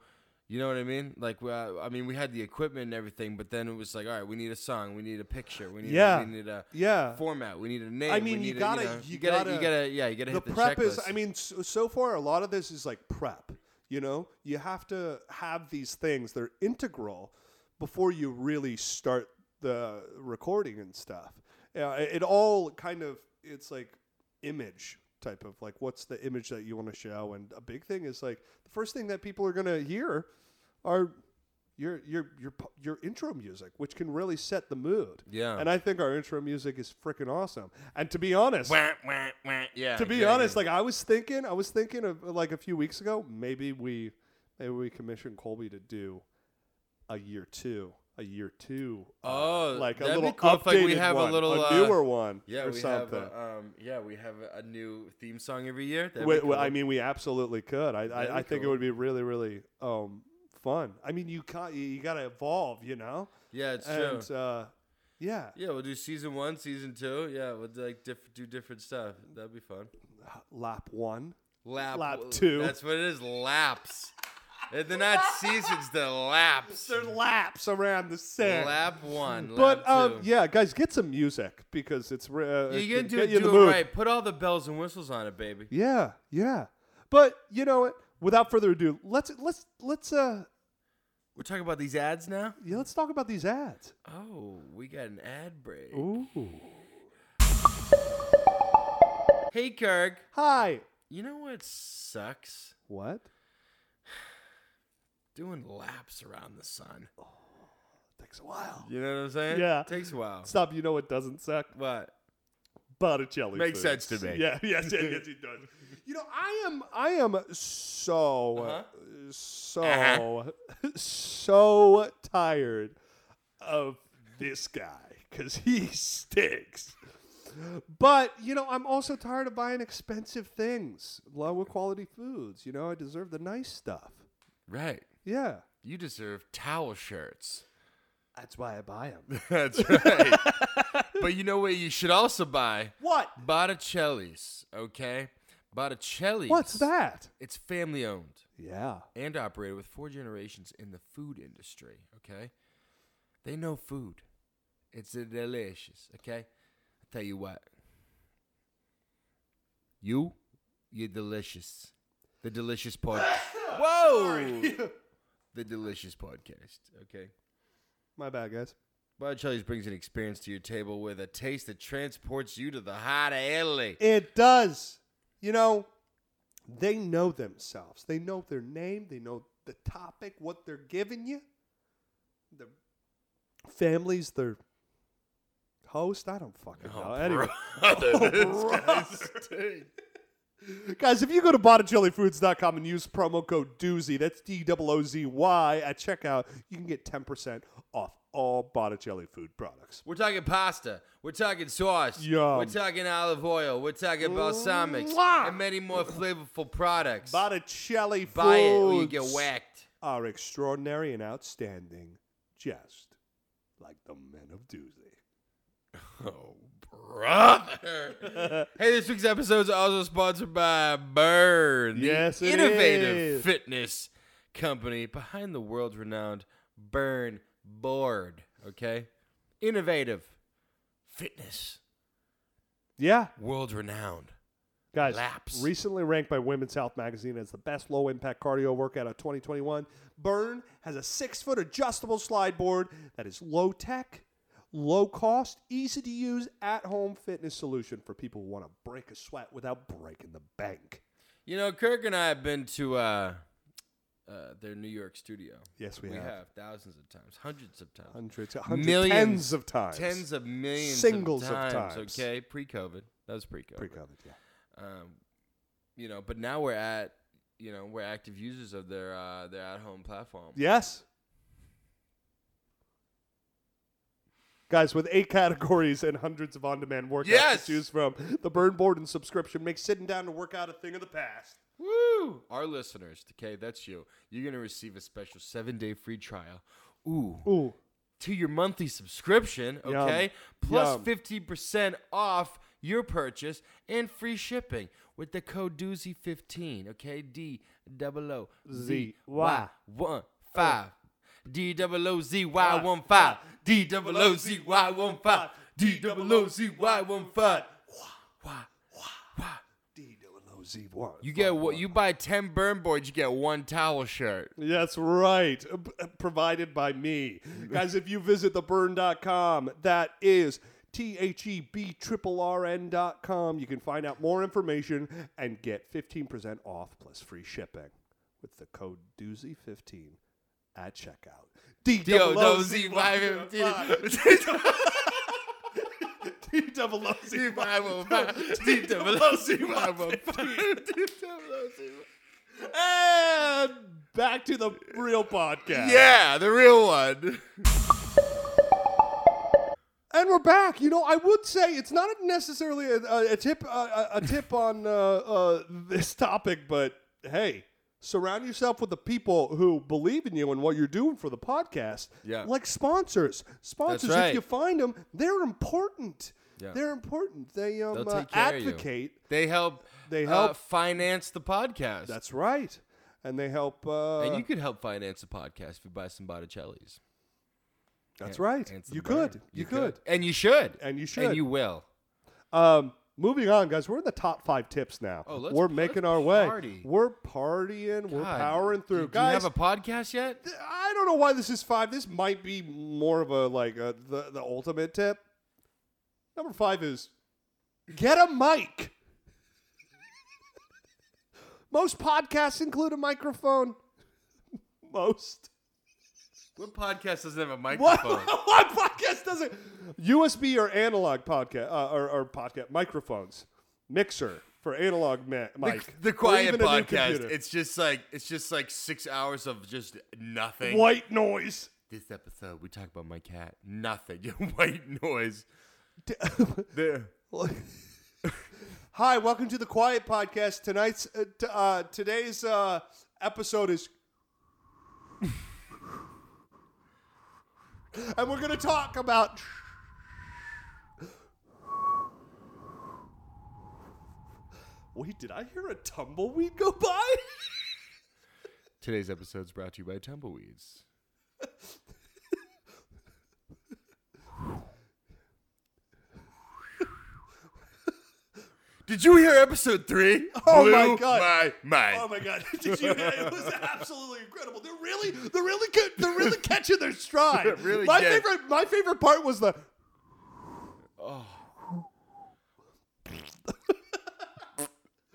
[SPEAKER 1] You know what I mean? Like, we, uh, I mean, we had the equipment and everything, but then it was like, all right, we need a song, we need a picture, we need,
[SPEAKER 2] Yeah.
[SPEAKER 1] we need a
[SPEAKER 2] yeah
[SPEAKER 1] format, we need a name.
[SPEAKER 2] I
[SPEAKER 1] we
[SPEAKER 2] mean, you
[SPEAKER 1] need a-
[SPEAKER 2] gotta-
[SPEAKER 1] know,
[SPEAKER 2] you
[SPEAKER 1] you
[SPEAKER 2] gotta-
[SPEAKER 1] gotta, yeah, you gotta
[SPEAKER 2] the
[SPEAKER 1] hit the
[SPEAKER 2] prep is
[SPEAKER 1] checklist.
[SPEAKER 2] i mean so, so far a lot of this is like prep you know you have to have these things they're integral before you really start the recording and stuff uh, it all kind of it's like image type of like what's the image that you want to show and a big thing is like the first thing that people are going to hear are your your your pu- your intro music which can really set the mood
[SPEAKER 1] Yeah.
[SPEAKER 2] and i think our intro music is freaking awesome and to be honest
[SPEAKER 3] Wah, wah, wah. Yeah.
[SPEAKER 2] to be
[SPEAKER 3] exactly.
[SPEAKER 2] honest, like I was thinking, I was thinking of like a few weeks ago, maybe we, maybe we commissioned Colby to do a year two, a year two, uh,
[SPEAKER 1] Oh,
[SPEAKER 2] like a
[SPEAKER 1] that'd be
[SPEAKER 2] little
[SPEAKER 1] cool if,
[SPEAKER 2] updated
[SPEAKER 1] like, we have a
[SPEAKER 2] one,
[SPEAKER 1] little, uh,
[SPEAKER 2] newer one,
[SPEAKER 1] Yeah,
[SPEAKER 2] or
[SPEAKER 1] we
[SPEAKER 2] something.
[SPEAKER 1] have a, um, yeah, we have a, a new theme song every year. That'd
[SPEAKER 2] Wait,
[SPEAKER 1] be
[SPEAKER 2] well, I
[SPEAKER 1] cool.
[SPEAKER 2] mean, we absolutely could. I,
[SPEAKER 1] That'd
[SPEAKER 2] I, I
[SPEAKER 1] be
[SPEAKER 2] think it
[SPEAKER 1] cool.
[SPEAKER 2] would be really, really um, fun. I mean, you can you got to evolve, you know,
[SPEAKER 1] yeah, it's true.
[SPEAKER 2] and uh, yeah,
[SPEAKER 1] yeah, we'll do season one, season two. Yeah, we'll do, like diff- do different stuff. That'd be fun.
[SPEAKER 2] lap one.
[SPEAKER 1] Lap,
[SPEAKER 2] Lap two.
[SPEAKER 1] That's what it is. Laps. They're not seasons. They're laps.
[SPEAKER 2] There's laps around the sand.
[SPEAKER 1] Lap one.
[SPEAKER 2] But
[SPEAKER 1] lap
[SPEAKER 2] um,
[SPEAKER 1] two.
[SPEAKER 2] yeah, guys, get some music because it's re- uh, it
[SPEAKER 1] you
[SPEAKER 2] can
[SPEAKER 1] gotta do
[SPEAKER 2] get
[SPEAKER 1] it,
[SPEAKER 2] you in
[SPEAKER 1] do
[SPEAKER 2] the
[SPEAKER 1] it
[SPEAKER 2] mood.
[SPEAKER 1] right. Put all the bells and whistles on it, baby.
[SPEAKER 2] Yeah, yeah. But you know what? Without further ado, let's let's let's uh
[SPEAKER 1] We're talking about these ads now.
[SPEAKER 2] yeah, let's talk about these ads.
[SPEAKER 1] Oh, we got an ad break.
[SPEAKER 2] Ooh.
[SPEAKER 1] Hey, Kirk.
[SPEAKER 2] Hi.
[SPEAKER 1] You know what sucks?
[SPEAKER 2] What?
[SPEAKER 1] Doing laps around the sun.
[SPEAKER 2] Takes a while.
[SPEAKER 1] You know what I'm saying?
[SPEAKER 2] Yeah.
[SPEAKER 1] Takes a while.
[SPEAKER 2] Stop. You know what doesn't suck?
[SPEAKER 1] What?
[SPEAKER 2] Botticelli.
[SPEAKER 1] Makes
[SPEAKER 2] foods.
[SPEAKER 1] sense to me.
[SPEAKER 2] Yeah. Yes. Yes. yes it does. You know, I am. I am so
[SPEAKER 1] Uh-huh.
[SPEAKER 2] so so tired of this guy because he stinks. But you know, I'm also tired of buying expensive things, lower quality foods. You know, I deserve the nice stuff.
[SPEAKER 1] Right.
[SPEAKER 2] Yeah,
[SPEAKER 1] You deserve towel shirts.
[SPEAKER 2] that's why I buy them.
[SPEAKER 1] That's right. but you know what you should also buy?
[SPEAKER 2] what?
[SPEAKER 1] Botticelli's, okay? Botticelli's.
[SPEAKER 2] What's that?
[SPEAKER 1] It's family owned
[SPEAKER 2] Yeah.
[SPEAKER 1] and operated with four generations in the food industry, okay? They know food. It's uh, delicious, okay? I tell you what. You, you're delicious. The delicious podcast. Whoa! the delicious podcast, okay?
[SPEAKER 2] My bad, guys.
[SPEAKER 1] Botticelli's brings an experience to your table with a taste that transports you to the heart of Italy.
[SPEAKER 2] It does. You know, they know themselves. They know their name. They know the topic, what they're giving you. Their families, their host. I don't fucking
[SPEAKER 1] Oh,
[SPEAKER 2] know. anyway, guys, if you go to BotticelliFoods.com and use promo code Doozy, that's D O O Z Y at checkout, you can get ten percent off all Botticelli food products.
[SPEAKER 1] We're talking pasta. We're talking sauce.
[SPEAKER 2] Yum.
[SPEAKER 1] We're talking olive oil. We're talking balsamics.
[SPEAKER 2] Mwah!
[SPEAKER 1] And many more flavorful products.
[SPEAKER 2] Botticelli
[SPEAKER 1] Buy it
[SPEAKER 2] Foods.
[SPEAKER 1] or you get whacked.
[SPEAKER 2] are extraordinary and outstanding, just like the men of Doozy.
[SPEAKER 1] Oh, brother. hey, this week's episode is also sponsored by Burn,
[SPEAKER 2] Yes,
[SPEAKER 1] the
[SPEAKER 2] it
[SPEAKER 1] innovative
[SPEAKER 2] is.
[SPEAKER 1] fitness company behind the world renowned Burn Board. Okay? Innovative fitness,
[SPEAKER 2] Yeah,
[SPEAKER 1] world renowned.
[SPEAKER 2] guys.
[SPEAKER 1] Laps.
[SPEAKER 2] Recently ranked by Women's Health Magazine as the best low impact cardio workout of 2021, Burn has a six foot adjustable slide board that is low tech, low cost, easy to use at home fitness solution for people who want to break a sweat without breaking the bank.
[SPEAKER 1] You know, Kirk and I have been to uh, uh, their New York studio.
[SPEAKER 2] Yes, we,
[SPEAKER 1] We
[SPEAKER 2] have.
[SPEAKER 1] have thousands of times, hundreds of times,
[SPEAKER 2] Hundreds, hundreds,
[SPEAKER 1] Millions.
[SPEAKER 2] tens of times.
[SPEAKER 1] tens of millions,
[SPEAKER 2] Singles
[SPEAKER 1] of
[SPEAKER 2] of
[SPEAKER 1] times.
[SPEAKER 2] times.
[SPEAKER 1] Okay, pre-COVID. That was pre-COVID.
[SPEAKER 2] Pre-COVID, yeah.
[SPEAKER 1] um, you know, but now we're at, you know, we're active users of their uh, their at home platform.
[SPEAKER 2] Yes. Guys, with eight categories and hundreds of on-demand workouts
[SPEAKER 1] Yes!
[SPEAKER 2] to choose from, the burn board and subscription makes sitting down to work out a thing of the past.
[SPEAKER 1] Woo! Our listeners, okay, that's you. You're gonna receive a special seven day free trial. Ooh.
[SPEAKER 2] Ooh,
[SPEAKER 1] to your monthly subscription,
[SPEAKER 2] Yum.
[SPEAKER 1] okay? Plus
[SPEAKER 2] Yum.
[SPEAKER 1] 15% off your purchase and free shipping with the code doozy15, okay? D double O Z Y
[SPEAKER 2] Y.
[SPEAKER 1] 1 5. D double O Z Y 1 5. D double O Z Y 1 5. D double O Z Y 1 5. Why?
[SPEAKER 2] D double O Z one.
[SPEAKER 1] You get what you buy 10 burn boards, you get one towel shirt.
[SPEAKER 2] That's right. uh, p- uh, Provided by me. Guys, if you visit theburn.com, that is T H E B triple R N dot com. You can find out more information and get 15% off plus free shipping with the code doozy15 E at checkout. D double O Z E Y D double O Z E Y E And back to the real podcast.
[SPEAKER 3] Yeah, the real one.
[SPEAKER 2] And we're back. You know, I would say it's not necessarily a, a, a tip a, a a tip on uh, uh, this topic, but hey, surround yourself with the people who believe in you and what you're doing for the podcast.
[SPEAKER 1] Yeah.
[SPEAKER 2] like sponsors. Sponsors,
[SPEAKER 1] right.
[SPEAKER 2] if you find them, they're important.
[SPEAKER 1] Yeah.
[SPEAKER 2] They're important. They um,
[SPEAKER 1] They'll
[SPEAKER 2] uh,
[SPEAKER 1] take care of you.
[SPEAKER 2] advocate.
[SPEAKER 1] They help.
[SPEAKER 2] They
[SPEAKER 1] uh,
[SPEAKER 2] help.
[SPEAKER 1] finance the podcast.
[SPEAKER 2] That's right, and they help. Uh,
[SPEAKER 1] and you could help finance the podcast if you buy some Botticellis.
[SPEAKER 2] that's
[SPEAKER 1] And-
[SPEAKER 2] right.
[SPEAKER 1] and some
[SPEAKER 2] You
[SPEAKER 1] bourbon.
[SPEAKER 2] could. You, could.
[SPEAKER 1] And you should.
[SPEAKER 2] And you
[SPEAKER 1] And
[SPEAKER 2] should.
[SPEAKER 1] you will.
[SPEAKER 2] Um, moving on, guys. We're in the top five tips now.
[SPEAKER 1] Oh, let's-
[SPEAKER 2] we're
[SPEAKER 1] let's
[SPEAKER 2] making our way.
[SPEAKER 1] party.
[SPEAKER 2] We're partying. We're
[SPEAKER 1] God,
[SPEAKER 2] powering
[SPEAKER 1] do-
[SPEAKER 2] through,
[SPEAKER 1] do
[SPEAKER 2] guys.
[SPEAKER 1] you have a podcast yet?
[SPEAKER 2] th- I don't know why this is five. This might be more of a like a, the the ultimate tip. Number five is get a mic. Most podcasts include a microphone. Most.
[SPEAKER 1] What podcast doesn't have a
[SPEAKER 2] What,
[SPEAKER 1] microphone?
[SPEAKER 2] what podcast does it? USB or analog podcast uh, or, or podcast microphones, mixer for analog ma- mic.
[SPEAKER 3] The
[SPEAKER 2] or
[SPEAKER 3] quiet
[SPEAKER 2] even a new
[SPEAKER 3] podcast.
[SPEAKER 2] computer.
[SPEAKER 3] It's just like it's just like six hours of just nothing.
[SPEAKER 2] white noise.
[SPEAKER 3] This episode we talk about my cat. Nothing. White noise. There.
[SPEAKER 2] Hi, welcome to the Quiet Podcast. Tonight's uh, t- uh, today's uh, episode is, and we're gonna talk about. Wait, did I hear a tumbleweed go by?
[SPEAKER 3] Today's episode is brought to you by Tumbleweeds. Did you hear episode three?
[SPEAKER 2] Oh my
[SPEAKER 3] Blew
[SPEAKER 2] God.
[SPEAKER 3] My mind.
[SPEAKER 2] Oh my god! Did you? It was absolutely incredible. They're really, they're really good. They're really catching their stride.
[SPEAKER 3] Really
[SPEAKER 2] my
[SPEAKER 3] good.
[SPEAKER 2] favorite, my favorite part was the.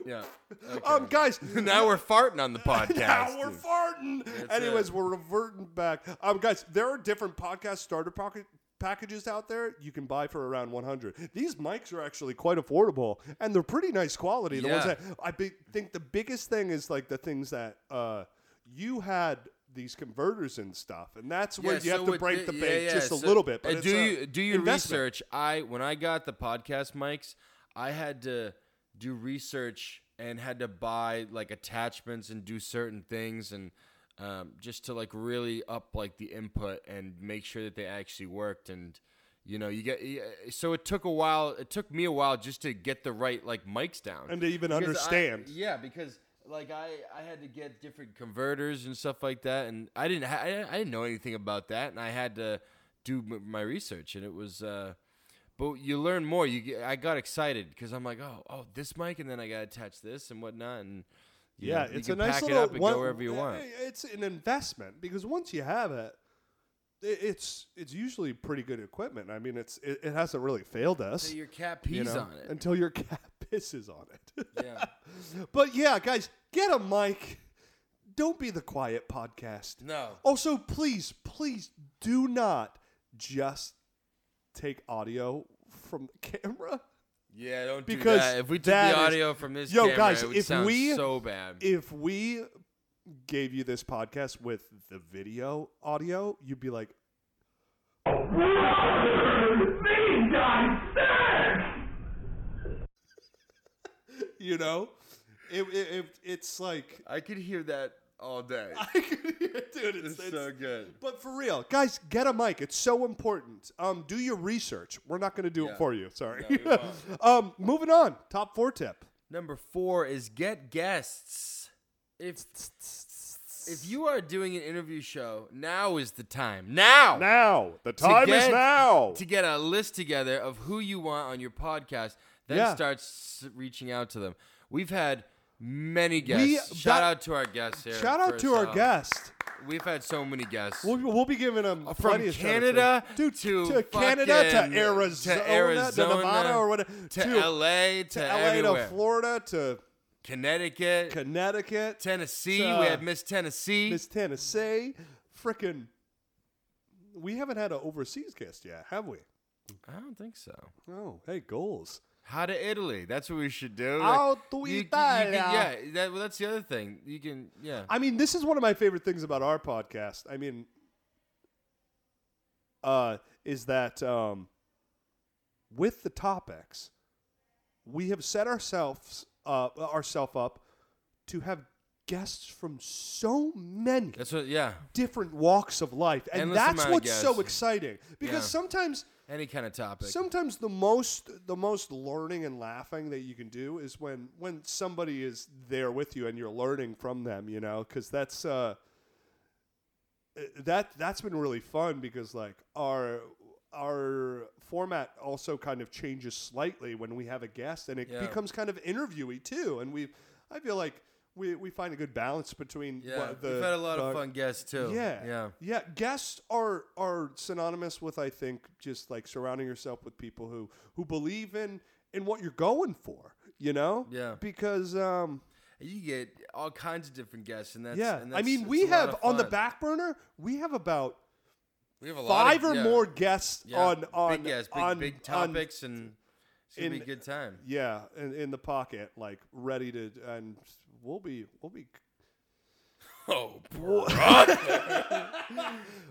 [SPEAKER 1] yeah. Okay.
[SPEAKER 2] Um, guys,
[SPEAKER 1] now we're farting on the podcast.
[SPEAKER 2] now we're farting. Anyways,
[SPEAKER 1] it.
[SPEAKER 2] we're reverting back. Um, guys, there are different podcast starter pocket packages out there you can buy for around 100 these mics are actually quite affordable and they're pretty nice quality the ones
[SPEAKER 1] Yeah.
[SPEAKER 2] that i be- think the biggest thing is like the things that uh you had these converters and stuff and that's where
[SPEAKER 1] Yeah,
[SPEAKER 2] you
[SPEAKER 1] so
[SPEAKER 2] have to
[SPEAKER 1] with
[SPEAKER 2] break
[SPEAKER 1] the-
[SPEAKER 2] the
[SPEAKER 1] yeah,
[SPEAKER 2] bank
[SPEAKER 1] yeah,
[SPEAKER 2] just a
[SPEAKER 1] so-
[SPEAKER 2] little bit but
[SPEAKER 1] uh,
[SPEAKER 2] it's
[SPEAKER 1] do
[SPEAKER 2] a
[SPEAKER 1] you do your
[SPEAKER 2] investment.
[SPEAKER 1] research? I when I got the podcast mics, I had to do research and had to buy like attachments and do certain things and um, just to like really up like the input and make sure that they actually worked and you know you get yeah, so it took a while it took me a while just to get the right like mics down
[SPEAKER 2] and to even
[SPEAKER 1] Because I-
[SPEAKER 2] understand
[SPEAKER 1] yeah, because like I, I had to get different converters and stuff like that, and I didn't ha- I, didn't- I didn't know anything about that, and I had to do m- my research, and it was. Uh, but you learn more. You get, I got excited because I'm like, oh, oh, this mic, and then I got to attach this and whatnot, and you
[SPEAKER 2] Yeah,
[SPEAKER 1] know,
[SPEAKER 2] it's
[SPEAKER 1] you
[SPEAKER 2] a
[SPEAKER 1] can
[SPEAKER 2] nice
[SPEAKER 1] pack
[SPEAKER 2] little
[SPEAKER 1] it up and
[SPEAKER 2] one-
[SPEAKER 1] go wherever you want.
[SPEAKER 2] It's an investment because once you have it, i- it's it's usually pretty good equipment. I mean, it's it, it hasn't really failed us.
[SPEAKER 1] So your cat
[SPEAKER 2] you
[SPEAKER 1] pees
[SPEAKER 2] know,
[SPEAKER 1] on it.
[SPEAKER 2] until your cat pisses on it.
[SPEAKER 1] yeah.
[SPEAKER 2] but yeah, guys, get a mic. Don't be the quiet podcast.
[SPEAKER 1] No.
[SPEAKER 2] Also, please, please do not just take audio from the camera.
[SPEAKER 1] Yeah, don't
[SPEAKER 2] Because
[SPEAKER 1] do that. If we took
[SPEAKER 2] that is-
[SPEAKER 1] the audio from this
[SPEAKER 2] Yo,
[SPEAKER 1] camera,
[SPEAKER 2] guys,
[SPEAKER 1] it would
[SPEAKER 2] if
[SPEAKER 1] sound
[SPEAKER 2] we-
[SPEAKER 1] so bad.
[SPEAKER 2] if we gave you this podcast with the video audio, you'd be like, you know, it, it, it- it's like,
[SPEAKER 1] I could hear that all day.
[SPEAKER 2] I could hear it, dude. It's,
[SPEAKER 1] It's so good.
[SPEAKER 2] But for real, guys, get a mic. It's so important. Um, do your research. We're not going to do it
[SPEAKER 1] Yeah.
[SPEAKER 2] for you. Sorry.
[SPEAKER 1] No, we
[SPEAKER 2] um, moving on. Top four tip.
[SPEAKER 1] Number four is get guests. If if you are doing an interview show, now is the time. Now,
[SPEAKER 2] Now the
[SPEAKER 1] to
[SPEAKER 2] time is
[SPEAKER 1] get-
[SPEAKER 2] now.
[SPEAKER 1] to get a list together of who you want on your podcast. Then
[SPEAKER 2] Yeah.
[SPEAKER 1] start s- reaching out to them. We've had many guests. Shout
[SPEAKER 2] that-
[SPEAKER 1] out to our guests here.
[SPEAKER 2] Shout out
[SPEAKER 1] first
[SPEAKER 2] to our
[SPEAKER 1] off.
[SPEAKER 2] guest.
[SPEAKER 1] We've had so many guests.
[SPEAKER 2] We'll, we'll be giving them
[SPEAKER 1] Uh, from
[SPEAKER 2] plenty of shout-outs.
[SPEAKER 1] Canada
[SPEAKER 2] Dude,
[SPEAKER 1] to,
[SPEAKER 2] to Canada, to
[SPEAKER 1] fucking-
[SPEAKER 2] Arizona, to Nevada or whatever,
[SPEAKER 1] to,
[SPEAKER 2] to-
[SPEAKER 1] LA, to,
[SPEAKER 2] to LA,
[SPEAKER 1] everywhere.
[SPEAKER 2] to Florida, to
[SPEAKER 1] Connecticut,
[SPEAKER 2] Connecticut,
[SPEAKER 1] Tennessee.
[SPEAKER 2] to-
[SPEAKER 1] we had Miss Tennessee.
[SPEAKER 2] Miss Tennessee, frickin' We haven't had an overseas guest yet, have we?
[SPEAKER 1] I don't think so.
[SPEAKER 2] Oh, hey, goals.
[SPEAKER 1] How to Italy? That's what we should do.
[SPEAKER 2] How to
[SPEAKER 1] you- you
[SPEAKER 2] Italia.
[SPEAKER 1] can- yeah, that, well, that's the other thing. You can yeah.
[SPEAKER 2] I mean, this is one of my favorite things about our podcast. I mean, uh, is that um, with the topics, we have set ourselves uh, ourself up to have guests from so many
[SPEAKER 1] That's what yeah.
[SPEAKER 2] different walks of life, and
[SPEAKER 1] Endless
[SPEAKER 2] that's
[SPEAKER 1] amount of
[SPEAKER 2] what's so
[SPEAKER 1] guests.
[SPEAKER 2] exciting because
[SPEAKER 1] Yeah.
[SPEAKER 2] sometimes.
[SPEAKER 1] Any kind of topic.
[SPEAKER 2] Sometimes the most the most learning and laughing that you can do is when when somebody is there with you and you're learning from them, you know, because that's uh, uh, that that's been really fun because like our our format also kind of changes slightly when we have a guest and it
[SPEAKER 1] Yeah.
[SPEAKER 2] becomes kind of interviewee too, and we I feel like we we find a good balance between
[SPEAKER 1] yeah.
[SPEAKER 2] what the
[SPEAKER 1] We've had a lot
[SPEAKER 2] the-
[SPEAKER 1] of fun guests too.
[SPEAKER 2] yeah.
[SPEAKER 1] Yeah.
[SPEAKER 2] Yeah. Guests are are synonymous with I think just like surrounding yourself with people who who believe in in what you're going for, you know?
[SPEAKER 1] Yeah.
[SPEAKER 2] Because um
[SPEAKER 1] You get all kinds of different guests, and that's
[SPEAKER 2] yeah,
[SPEAKER 1] And
[SPEAKER 2] I
[SPEAKER 1] that's,
[SPEAKER 2] mean
[SPEAKER 1] it's
[SPEAKER 2] we
[SPEAKER 1] a lot
[SPEAKER 2] have
[SPEAKER 1] of
[SPEAKER 2] on the
[SPEAKER 1] fun.
[SPEAKER 2] back burner, we have about
[SPEAKER 1] We have a lot
[SPEAKER 2] five
[SPEAKER 1] of-
[SPEAKER 2] or
[SPEAKER 1] yeah.
[SPEAKER 2] more guests
[SPEAKER 1] Yeah.
[SPEAKER 2] on on
[SPEAKER 1] big guests, big,
[SPEAKER 2] on,
[SPEAKER 1] big
[SPEAKER 2] on-
[SPEAKER 1] topics, and it's gonna be
[SPEAKER 2] in-
[SPEAKER 1] a good time.
[SPEAKER 2] yeah, in, in the pocket, like ready to and we'll be we'll be
[SPEAKER 1] Oh,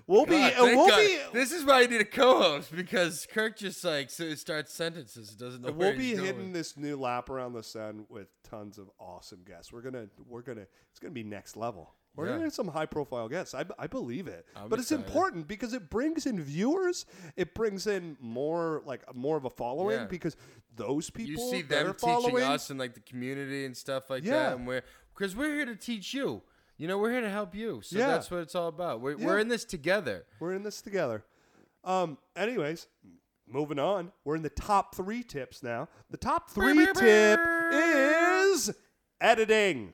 [SPEAKER 2] we'll be
[SPEAKER 1] God,
[SPEAKER 2] and
[SPEAKER 1] Ah, thank
[SPEAKER 2] we'll
[SPEAKER 1] God.
[SPEAKER 2] be
[SPEAKER 1] This is why I need a co-host because Kirk just like so starts sentences. It doesn't know where
[SPEAKER 2] We'll be
[SPEAKER 1] he's going.
[SPEAKER 2] hitting this new lap around the sun with tons of awesome guests. We're gonna, we're gonna, it's gonna be next level. We're
[SPEAKER 1] Yeah.
[SPEAKER 2] gonna get some high profile guests. I, I believe it,
[SPEAKER 1] I'm
[SPEAKER 2] but
[SPEAKER 1] excited.
[SPEAKER 2] it's important because it brings in viewers. It brings in more, like more of a following
[SPEAKER 1] Yeah.
[SPEAKER 2] because those people
[SPEAKER 1] you see
[SPEAKER 2] that
[SPEAKER 1] them
[SPEAKER 2] are
[SPEAKER 1] teaching
[SPEAKER 2] following,
[SPEAKER 1] us and like the community and stuff like
[SPEAKER 2] Yeah.
[SPEAKER 1] that and we're because we're here to teach you you know we're here to help you so
[SPEAKER 2] Yeah.
[SPEAKER 1] that's what it's all about we're, we're
[SPEAKER 2] Yeah.
[SPEAKER 1] in this together
[SPEAKER 2] We're in this together. Um. Anyways, moving on. We're in the top three tips now. The top three
[SPEAKER 1] beep,
[SPEAKER 2] tip
[SPEAKER 1] beep.
[SPEAKER 2] is editing.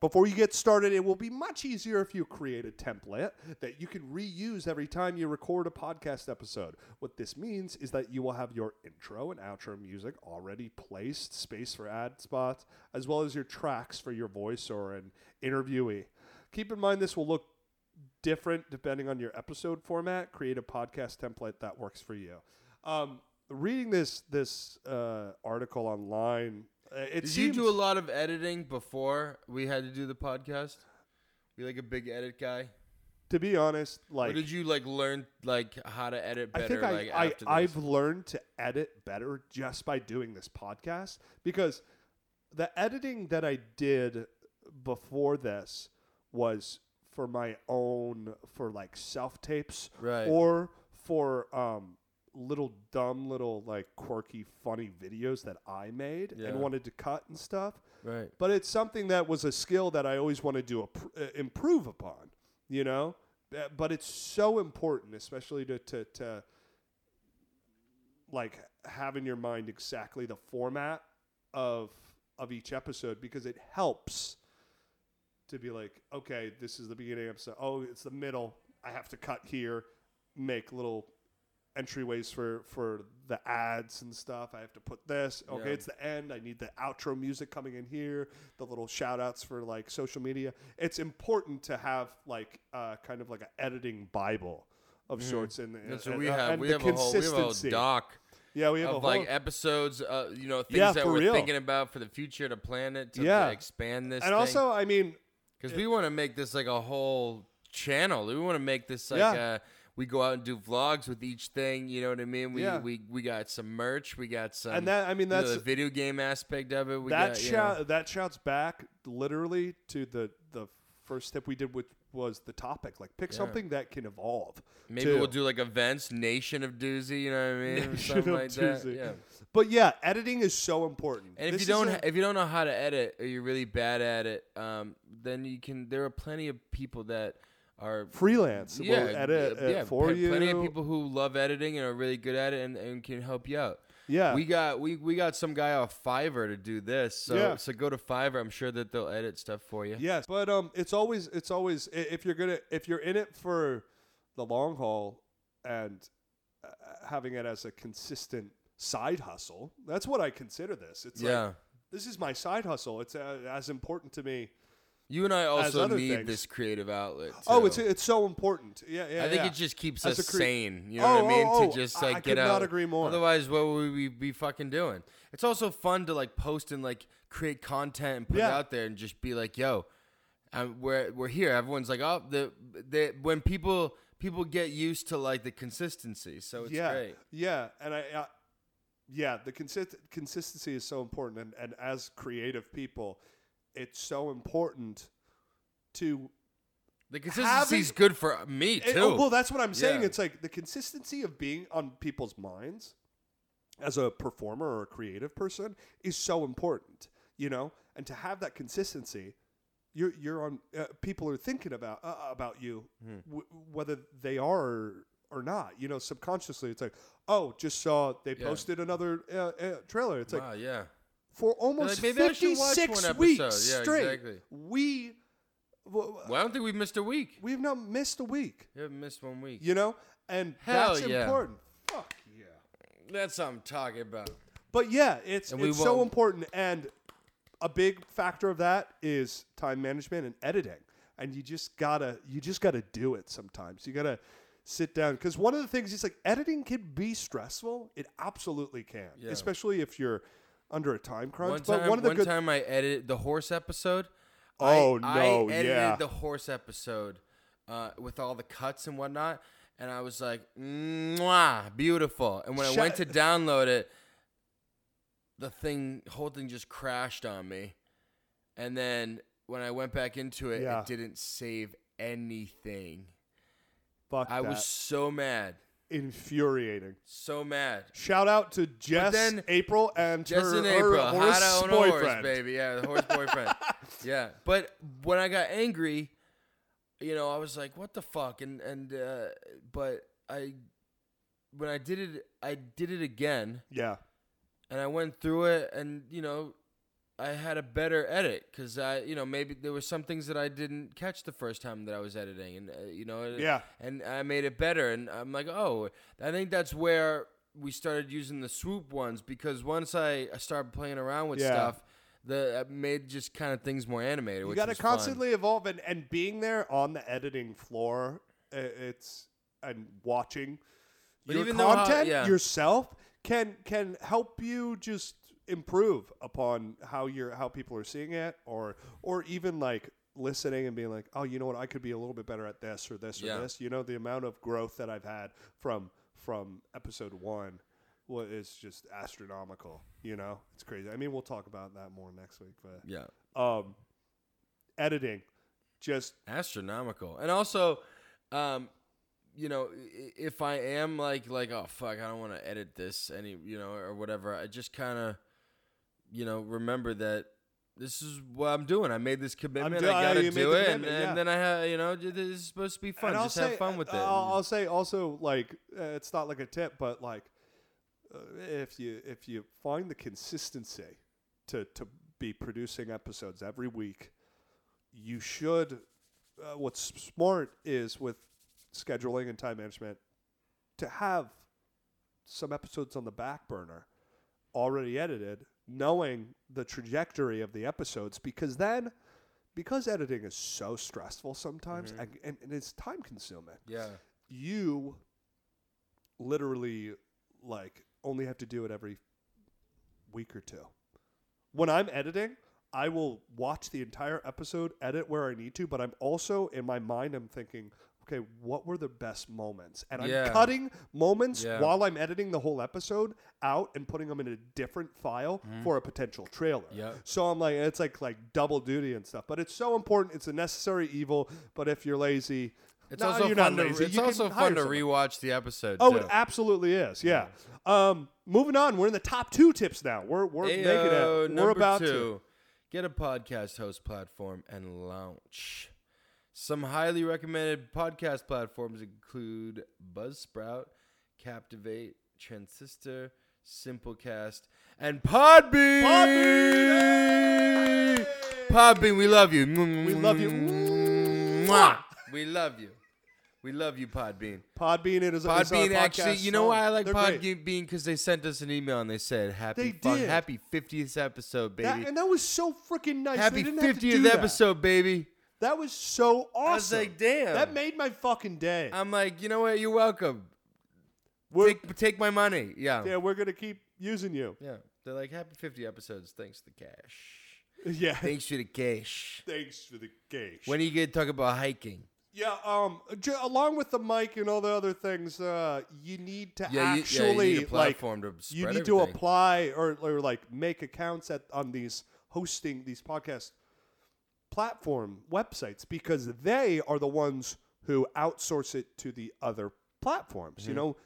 [SPEAKER 2] Before you get started, it will be much easier if you create a template that you can reuse every time you record a podcast episode. What this means is that you will have your intro and outro music already placed, space for ad spots, as well as your tracks for your voice or an interviewee. Keep in mind this will look different depending on your episode format. Create a podcast template that works for you. Um, reading this this uh, article online, uh, it
[SPEAKER 1] did
[SPEAKER 2] seems
[SPEAKER 1] you do a lot of editing before we had to do the podcast you like a big edit guy
[SPEAKER 2] to be honest,
[SPEAKER 1] or
[SPEAKER 2] like
[SPEAKER 1] did you like learn like how to edit
[SPEAKER 2] I
[SPEAKER 1] better
[SPEAKER 2] think
[SPEAKER 1] like
[SPEAKER 2] I,
[SPEAKER 1] after
[SPEAKER 2] I
[SPEAKER 1] this?
[SPEAKER 2] I've learned to edit better just by doing this podcast because the editing that I did before this was for my own for like self tapes
[SPEAKER 1] Right.
[SPEAKER 2] or for um little dumb little like quirky funny videos that I made
[SPEAKER 1] Yeah.
[SPEAKER 2] and wanted to cut and stuff
[SPEAKER 1] right
[SPEAKER 2] but it's something that was a skill that I always wanted to ap- uh, improve upon, you know? Uh, But it's so important, especially to, to, to like have in your mind exactly the format of, of each episode because it helps to be like, okay, this is the beginning episode. Oh, it's the middle. I have to cut here, make little entryways for for the ads and stuff. I have to put this. Okay,
[SPEAKER 1] Yeah.
[SPEAKER 2] it's the end. I need the outro music coming in here. The little shout outs for like social media. It's important to have like uh, kind of like an editing bible of sorts. And
[SPEAKER 1] that's
[SPEAKER 2] and,
[SPEAKER 1] what we
[SPEAKER 2] and,
[SPEAKER 1] have.
[SPEAKER 2] and
[SPEAKER 1] We
[SPEAKER 2] the
[SPEAKER 1] have, a whole, we have a whole
[SPEAKER 2] consistency.
[SPEAKER 1] doc
[SPEAKER 2] yeah, we have a
[SPEAKER 1] of
[SPEAKER 2] whole.
[SPEAKER 1] like episodes, uh, you know, things
[SPEAKER 2] Yeah,
[SPEAKER 1] that
[SPEAKER 2] for
[SPEAKER 1] we're
[SPEAKER 2] real.
[SPEAKER 1] thinking about for the future to plan it, to
[SPEAKER 2] Yeah.
[SPEAKER 1] expand this.
[SPEAKER 2] and
[SPEAKER 1] thing.
[SPEAKER 2] also, I mean,
[SPEAKER 1] because we want to make this like a whole channel. We want to make this like
[SPEAKER 2] Yeah.
[SPEAKER 1] uh we go out and do vlogs with each thing. You know what I mean? We
[SPEAKER 2] Yeah.
[SPEAKER 1] we, we got some merch. We got some.
[SPEAKER 2] And that- I mean,
[SPEAKER 1] you know,
[SPEAKER 2] that's-
[SPEAKER 1] the video game aspect of it. We
[SPEAKER 2] that
[SPEAKER 1] got, you know-
[SPEAKER 2] shout that shouts back literally to the the first step we did, which was the topic. Like, pick something that can evolve.
[SPEAKER 1] maybe
[SPEAKER 2] too.
[SPEAKER 1] we'll do like events, Nation of Doozy. You know what I mean? Or
[SPEAKER 2] Shit
[SPEAKER 1] something
[SPEAKER 2] on
[SPEAKER 1] like that.
[SPEAKER 2] Tuesday.
[SPEAKER 1] Yeah.
[SPEAKER 2] But yeah, editing is so important.
[SPEAKER 1] And if
[SPEAKER 2] This
[SPEAKER 1] you
[SPEAKER 2] is
[SPEAKER 1] don't,
[SPEAKER 2] a-
[SPEAKER 1] ha if you don't know how to edit, or you're really bad at it, um, then you can. There are plenty of people that are
[SPEAKER 2] freelance will edit
[SPEAKER 1] uh,
[SPEAKER 2] it for
[SPEAKER 1] pl-
[SPEAKER 2] you.
[SPEAKER 1] Plenty of people who love editing and are really good at it and, and can help you out.
[SPEAKER 2] Yeah.
[SPEAKER 1] We got we we got some guy off Fiverr to do this. So
[SPEAKER 2] Yeah.
[SPEAKER 1] so go to Fiverr. I'm sure that they'll edit stuff for you.
[SPEAKER 2] Yes, but um, it's always it's always i- if you're gonna if you're in it for the long haul and uh, having it as a consistent side hustle. That's what I consider this. It's
[SPEAKER 1] Yeah.
[SPEAKER 2] like this is my side hustle. It's uh, as important to me.
[SPEAKER 1] You and I also
[SPEAKER 2] other
[SPEAKER 1] need
[SPEAKER 2] things.
[SPEAKER 1] this creative outlet.
[SPEAKER 2] Oh,
[SPEAKER 1] too.
[SPEAKER 2] it's it's so important. Yeah, yeah.
[SPEAKER 1] I think
[SPEAKER 2] yeah.
[SPEAKER 1] it just keeps
[SPEAKER 2] As
[SPEAKER 1] us
[SPEAKER 2] a cre-
[SPEAKER 1] sane. You know what
[SPEAKER 2] Oh,
[SPEAKER 1] I mean?
[SPEAKER 2] oh, oh,
[SPEAKER 1] to just
[SPEAKER 2] I-
[SPEAKER 1] like
[SPEAKER 2] I
[SPEAKER 1] get
[SPEAKER 2] could
[SPEAKER 1] out.
[SPEAKER 2] not agree more.
[SPEAKER 1] Otherwise, what would we be fucking doing? It's also fun to like post and like create content and put it
[SPEAKER 2] Yeah.
[SPEAKER 1] out there and just be like, "Yo, i we're we're here." Everyone's like, "Oh, the the when people people get used to like the consistency, so it's
[SPEAKER 2] yeah,
[SPEAKER 1] great."
[SPEAKER 2] yeah, and I. I yeah, the consist- consistency is so important, and, and as creative people, it's so important to
[SPEAKER 1] The consistency is good for me too.
[SPEAKER 2] It- oh, well, that's what I'm saying.
[SPEAKER 1] Yeah.
[SPEAKER 2] It's like the consistency of being on people's minds as a performer or a creative person is so important, you know. And to have that consistency, you're you're on. Uh, people are thinking about uh, about you,
[SPEAKER 1] Hmm.
[SPEAKER 2] w- whether they are or, or not. You know, subconsciously, it's like, oh, just saw they
[SPEAKER 1] Yeah.
[SPEAKER 2] posted another uh, uh, trailer. It's like
[SPEAKER 1] wow, yeah.
[SPEAKER 2] for almost
[SPEAKER 1] maybe I should watch one
[SPEAKER 2] 56
[SPEAKER 1] episode.
[SPEAKER 2] weeks
[SPEAKER 1] Yeah,
[SPEAKER 2] straight.
[SPEAKER 1] exactly.
[SPEAKER 2] We. w-
[SPEAKER 1] Well, I don't think we missed a week.
[SPEAKER 2] We've not missed a week
[SPEAKER 1] We haven't missed one week.
[SPEAKER 2] you know, and
[SPEAKER 1] Hell
[SPEAKER 2] that's
[SPEAKER 1] yeah.
[SPEAKER 2] important. Fuck yeah!
[SPEAKER 1] That's what I'm talking about.
[SPEAKER 2] But yeah, it's
[SPEAKER 1] And we
[SPEAKER 2] it's so
[SPEAKER 1] won't-
[SPEAKER 2] important, and a big factor of that is time management and editing. And you just gotta you just gotta do it sometimes. You gotta sit down because one of the things is like editing can be stressful. It absolutely can, especially if you're under a time crunch.
[SPEAKER 1] One
[SPEAKER 2] but
[SPEAKER 1] time,
[SPEAKER 2] one of the
[SPEAKER 1] one
[SPEAKER 2] good
[SPEAKER 1] time I edited the horse episode.
[SPEAKER 2] Oh,
[SPEAKER 1] I,
[SPEAKER 2] no,
[SPEAKER 1] I edited
[SPEAKER 2] yeah.
[SPEAKER 1] the horse episode uh, with all the cuts and whatnot, and I was like, "Mwah, beautiful." And when I went to
[SPEAKER 2] Shut-
[SPEAKER 1] download it, the thing, whole thing, just crashed on me. And then when I went back into it,
[SPEAKER 2] Yeah.
[SPEAKER 1] it didn't save anything.
[SPEAKER 2] fuck
[SPEAKER 1] I
[SPEAKER 2] that.
[SPEAKER 1] was so mad,
[SPEAKER 2] infuriating.
[SPEAKER 1] so mad.
[SPEAKER 2] Shout out to Jess,
[SPEAKER 1] then-
[SPEAKER 2] April, and
[SPEAKER 1] Just
[SPEAKER 2] her,
[SPEAKER 1] in
[SPEAKER 2] her
[SPEAKER 1] April.
[SPEAKER 2] horse
[SPEAKER 1] Hot on a
[SPEAKER 2] boyfriend.
[SPEAKER 1] horse, baby. Yeah, the horse boyfriend. yeah. But when I got angry, you know, I was like, what the fuck? And and uh, but I when I did it I did it again
[SPEAKER 2] Yeah,
[SPEAKER 1] and I went through it and, you know, I had a better edit cuz I, you know, maybe there were some things that I didn't catch the first time that I was editing and uh, you know, it-
[SPEAKER 2] yeah.
[SPEAKER 1] and I made it better. And I'm like, oh, I think that's where we started using the swoop ones because once I I started playing around with
[SPEAKER 2] Yeah.
[SPEAKER 1] stuff, the I made just kind of things more animated.
[SPEAKER 2] You
[SPEAKER 1] which
[SPEAKER 2] got to
[SPEAKER 1] was fun.
[SPEAKER 2] constantly evolve, and, and being there on the editing floor, i- it's and watching
[SPEAKER 1] But
[SPEAKER 2] your
[SPEAKER 1] even though how-
[SPEAKER 2] content
[SPEAKER 1] yeah.
[SPEAKER 2] yourself can can help you just improve upon how you're how people are seeing it, or or even like listening and being like, oh, you know what, I could be a little bit better at this or this or
[SPEAKER 1] Yeah.
[SPEAKER 2] this. You know, the amount of growth that I've had from from episode one. wa- is just astronomical, you know. It's crazy. I mean, we'll talk about that more next week, but
[SPEAKER 1] Yeah,
[SPEAKER 2] um, editing. Just
[SPEAKER 1] astronomical. And also, um, you know, i- if I am like like oh fuck, I don't want to edit this any you know or whatever, I just kind of, you know, remember that. This is what I'm doing. I made this commitment.
[SPEAKER 2] do-
[SPEAKER 1] I
[SPEAKER 2] I-
[SPEAKER 1] gotta
[SPEAKER 2] you made
[SPEAKER 1] do
[SPEAKER 2] the
[SPEAKER 1] it, and,
[SPEAKER 2] commitment,
[SPEAKER 1] and
[SPEAKER 2] yeah.
[SPEAKER 1] then I have, you know, this is supposed to be fun.
[SPEAKER 2] and I'll
[SPEAKER 1] Just have
[SPEAKER 2] say- uh,
[SPEAKER 1] fun with it.
[SPEAKER 2] I'll, I'll say also like uh, it's not like a tip, but like uh, if you if you find the consistency to to be producing episodes every week, you should. Uh, what's smart is with scheduling and time management to have some episodes on the back burner already edited, knowing the trajectory of the episodes, because then, because editing is so stressful sometimes and, and, and it's time consuming,
[SPEAKER 1] Yeah.
[SPEAKER 2] you literally like only have to do it every week or two. When I'm editing, I will watch the entire episode, edit where I need to, but I'm also in my mind, I'm thinking, okay, what were the best moments? And
[SPEAKER 1] Yeah.
[SPEAKER 2] I'm cutting moments
[SPEAKER 1] Yeah.
[SPEAKER 2] while I'm editing the whole episode out and putting them in a different file for a potential trailer.
[SPEAKER 1] Mm-hmm. Yep.
[SPEAKER 2] So I'm like, it's like like double duty and stuff. But it's so important. It's a necessary evil. But if you're lazy,
[SPEAKER 1] It's
[SPEAKER 2] no,
[SPEAKER 1] also
[SPEAKER 2] you're
[SPEAKER 1] fun
[SPEAKER 2] not
[SPEAKER 1] to,
[SPEAKER 2] lazy.
[SPEAKER 1] it's
[SPEAKER 2] You can
[SPEAKER 1] also
[SPEAKER 2] hire
[SPEAKER 1] fun to
[SPEAKER 2] someone.
[SPEAKER 1] rewatch the episode.
[SPEAKER 2] Oh,
[SPEAKER 1] too.
[SPEAKER 2] it absolutely is. Yeah. Um, moving on, we're in the top two tips now. We're we're making
[SPEAKER 1] Ayo,
[SPEAKER 2] it. We're
[SPEAKER 1] uh, number
[SPEAKER 2] about
[SPEAKER 1] two,
[SPEAKER 2] to.
[SPEAKER 1] get a podcast host platform and launch. Some highly recommended podcast platforms include Buzzsprout, Captivate, Transistor, Simplecast, and Podbean. Podbean, we love you. We
[SPEAKER 2] love you.
[SPEAKER 1] We love you. We love you, Podbean.
[SPEAKER 2] Podbean it is is our
[SPEAKER 1] Podbean actually,
[SPEAKER 2] podcast
[SPEAKER 1] you know
[SPEAKER 2] song.
[SPEAKER 1] why I like
[SPEAKER 2] They're great.
[SPEAKER 1] Podbean because they sent us an email and they said happy
[SPEAKER 2] They
[SPEAKER 1] fuck,
[SPEAKER 2] did.
[SPEAKER 1] happy 50th episode, baby.
[SPEAKER 2] That, and that was so freaking nice.
[SPEAKER 1] happy
[SPEAKER 2] they didn't have to do
[SPEAKER 1] 50th
[SPEAKER 2] that.
[SPEAKER 1] episode, baby.
[SPEAKER 2] That. was so awesome.
[SPEAKER 1] was like, damn.
[SPEAKER 2] That made my fucking day.
[SPEAKER 1] I'm like, you know what? You're welcome.
[SPEAKER 2] We're,
[SPEAKER 1] Take take my money. Yeah.
[SPEAKER 2] yeah, we're gonna keep using you.
[SPEAKER 1] Yeah. They're like happy 50 episodes. Thanks to the cash.
[SPEAKER 2] Yeah.
[SPEAKER 1] Thanks to the cash.
[SPEAKER 2] Thanks for the gauge.
[SPEAKER 1] When are you gonna talk about hiking?
[SPEAKER 2] yeah. Um. J- along with the mic and all the other things, uh, you need to
[SPEAKER 1] Yeah, you- yeah, you
[SPEAKER 2] actually
[SPEAKER 1] need a
[SPEAKER 2] like
[SPEAKER 1] platform to
[SPEAKER 2] you
[SPEAKER 1] spread
[SPEAKER 2] need to
[SPEAKER 1] everything.
[SPEAKER 2] apply or, or like make accounts at on these hosting these podcast platform websites because they are the ones who outsource it to the other platforms.
[SPEAKER 1] Mm-hmm.
[SPEAKER 2] You know,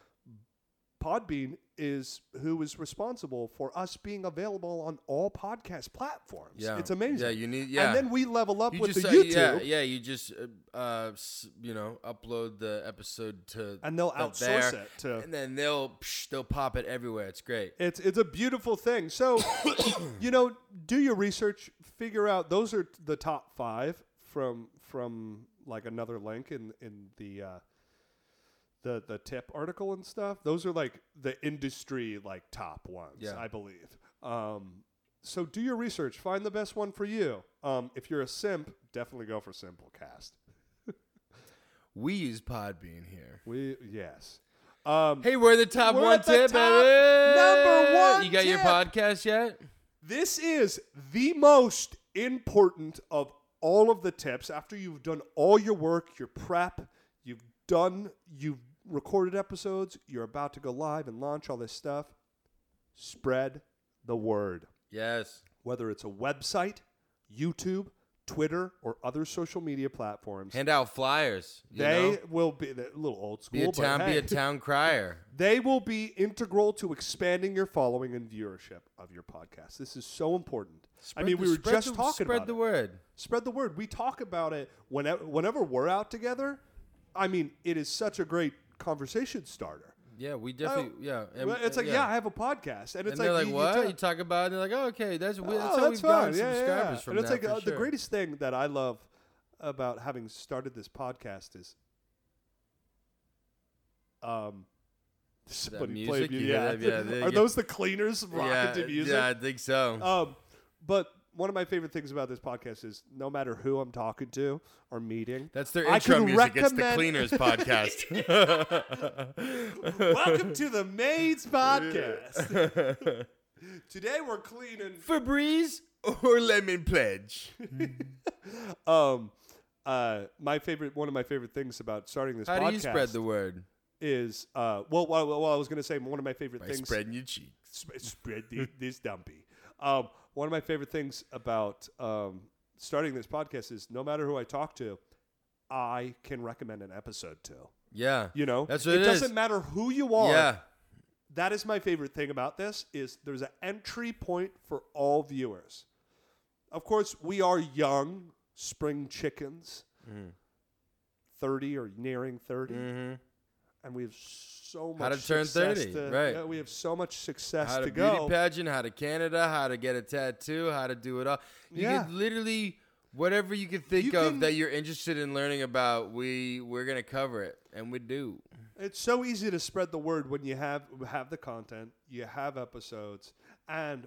[SPEAKER 2] Podbean is who is responsible for us being available on all podcast platforms.
[SPEAKER 1] Yeah.
[SPEAKER 2] It's amazing.
[SPEAKER 1] Yeah, you need- yeah.
[SPEAKER 2] And then we level up
[SPEAKER 1] You
[SPEAKER 2] with
[SPEAKER 1] just
[SPEAKER 2] the
[SPEAKER 1] uh,
[SPEAKER 2] YouTube.
[SPEAKER 1] yeah yeah you just uh, uh s- you know upload the episode to
[SPEAKER 2] And they'll
[SPEAKER 1] to there,
[SPEAKER 2] outsource it to-
[SPEAKER 1] and then they'll psh, they'll pop it everywhere. It's great.
[SPEAKER 2] It's it's a beautiful thing. So, you know, do your research, figure out those are the top five from from like another link in in the uh, the the tip article and stuff. Those are like the industry like top ones,
[SPEAKER 1] Yeah.
[SPEAKER 2] I believe. Um, so do your research, find the best one for you. Um, if you're a simp, definitely go for Simplecast.
[SPEAKER 1] We use Podbean here.
[SPEAKER 2] We yes. Um,
[SPEAKER 1] Hey, we're the top
[SPEAKER 2] We're
[SPEAKER 1] one
[SPEAKER 2] at the
[SPEAKER 1] tip,
[SPEAKER 2] top
[SPEAKER 1] baby.
[SPEAKER 2] number one
[SPEAKER 1] You got your
[SPEAKER 2] tip.
[SPEAKER 1] podcast yet?
[SPEAKER 2] This is the most important of all of the tips after you've done all your work, your prep, you've done, you've recorded episodes, you're about to go live and launch all this stuff. Spread the word.
[SPEAKER 1] Yes.
[SPEAKER 2] Whether it's a website, YouTube, Twitter, or other social media platforms,
[SPEAKER 1] Hand out flyers. You
[SPEAKER 2] they
[SPEAKER 1] know?
[SPEAKER 2] will be they're a little old school.
[SPEAKER 1] be a
[SPEAKER 2] but
[SPEAKER 1] town, be
[SPEAKER 2] hey.
[SPEAKER 1] a town crier.
[SPEAKER 2] They will be integral to expanding your following and viewership of your podcast. This is so important. I mean,
[SPEAKER 1] Spread
[SPEAKER 2] we
[SPEAKER 1] the-
[SPEAKER 2] were
[SPEAKER 1] spread
[SPEAKER 2] just
[SPEAKER 1] the-
[SPEAKER 2] talking
[SPEAKER 1] Spread
[SPEAKER 2] about
[SPEAKER 1] the
[SPEAKER 2] it.
[SPEAKER 1] word.
[SPEAKER 2] Spread the word. We talk about it whenever, whenever we're out together. I mean, it is such a great conversation starter.
[SPEAKER 1] Yeah, we definitely. Yeah, and-
[SPEAKER 2] Oh, it's like,
[SPEAKER 1] uh,
[SPEAKER 2] yeah. I have a podcast, and it's
[SPEAKER 1] and they're like,
[SPEAKER 2] you- you
[SPEAKER 1] what? You,
[SPEAKER 2] tell-
[SPEAKER 1] talk about it, and they're like, oh, okay, that's, we-
[SPEAKER 2] Oh,
[SPEAKER 1] that's how we've gotten
[SPEAKER 2] fine. Yeah, yeah,
[SPEAKER 1] subscribers
[SPEAKER 2] yeah.
[SPEAKER 1] from
[SPEAKER 2] and it's
[SPEAKER 1] that,
[SPEAKER 2] like
[SPEAKER 1] for
[SPEAKER 2] uh, the
[SPEAKER 1] sure.
[SPEAKER 2] greatest thing that I love about having started this podcast is, um, somebody play
[SPEAKER 1] music?
[SPEAKER 2] mu-
[SPEAKER 1] You hear
[SPEAKER 2] yeah.
[SPEAKER 1] that? Yeah, there
[SPEAKER 2] Are
[SPEAKER 1] you-
[SPEAKER 2] those the cleaners rocking
[SPEAKER 1] yeah,
[SPEAKER 2] to music?
[SPEAKER 1] Yeah, I think so.
[SPEAKER 2] Um, but one of my favorite things about this podcast is no matter who I'm talking to or meeting,
[SPEAKER 1] that's their
[SPEAKER 2] I
[SPEAKER 1] intro
[SPEAKER 2] could
[SPEAKER 1] music. It's the
[SPEAKER 2] recommend-
[SPEAKER 1] Cleaners podcast.
[SPEAKER 2] welcome to the Maids Podcast. Today we're cleaning.
[SPEAKER 1] Febreze or Lemon Pledge?
[SPEAKER 2] Um, uh, my favorite, one of my favorite things about starting this
[SPEAKER 1] How
[SPEAKER 2] podcast
[SPEAKER 1] do you spread the word?
[SPEAKER 2] is, uh, well, well, well, I was going to say one of my favorite
[SPEAKER 1] By
[SPEAKER 2] things
[SPEAKER 1] spreading your cheeks.
[SPEAKER 2] sp- spread the, this dumpy. Um, one of my favorite things about um, starting this podcast is no matter who I talk to, I can recommend an episode to.
[SPEAKER 1] Yeah.
[SPEAKER 2] You know,
[SPEAKER 1] That's what it is.
[SPEAKER 2] doesn't matter who you are.
[SPEAKER 1] Yeah.
[SPEAKER 2] That is my favorite thing about this is there's an entry point for all viewers. Of course, we are young spring chickens,
[SPEAKER 1] Mm-hmm.
[SPEAKER 2] thirty or nearing 30 and we have so much.
[SPEAKER 1] How to turn
[SPEAKER 2] success
[SPEAKER 1] 30,
[SPEAKER 2] to-
[SPEAKER 1] right.
[SPEAKER 2] yeah, we have so much success
[SPEAKER 1] How to,
[SPEAKER 2] to
[SPEAKER 1] beauty
[SPEAKER 2] go.
[SPEAKER 1] pageant, how to Canada, how to get a tattoo, how to do it all. You
[SPEAKER 2] Yeah.
[SPEAKER 1] can literally whatever you can think
[SPEAKER 2] You
[SPEAKER 1] of
[SPEAKER 2] can-
[SPEAKER 1] that you're interested in learning about, we we're gonna cover it. And we do.
[SPEAKER 2] It's so easy to spread the word when you have have the content, you have episodes, and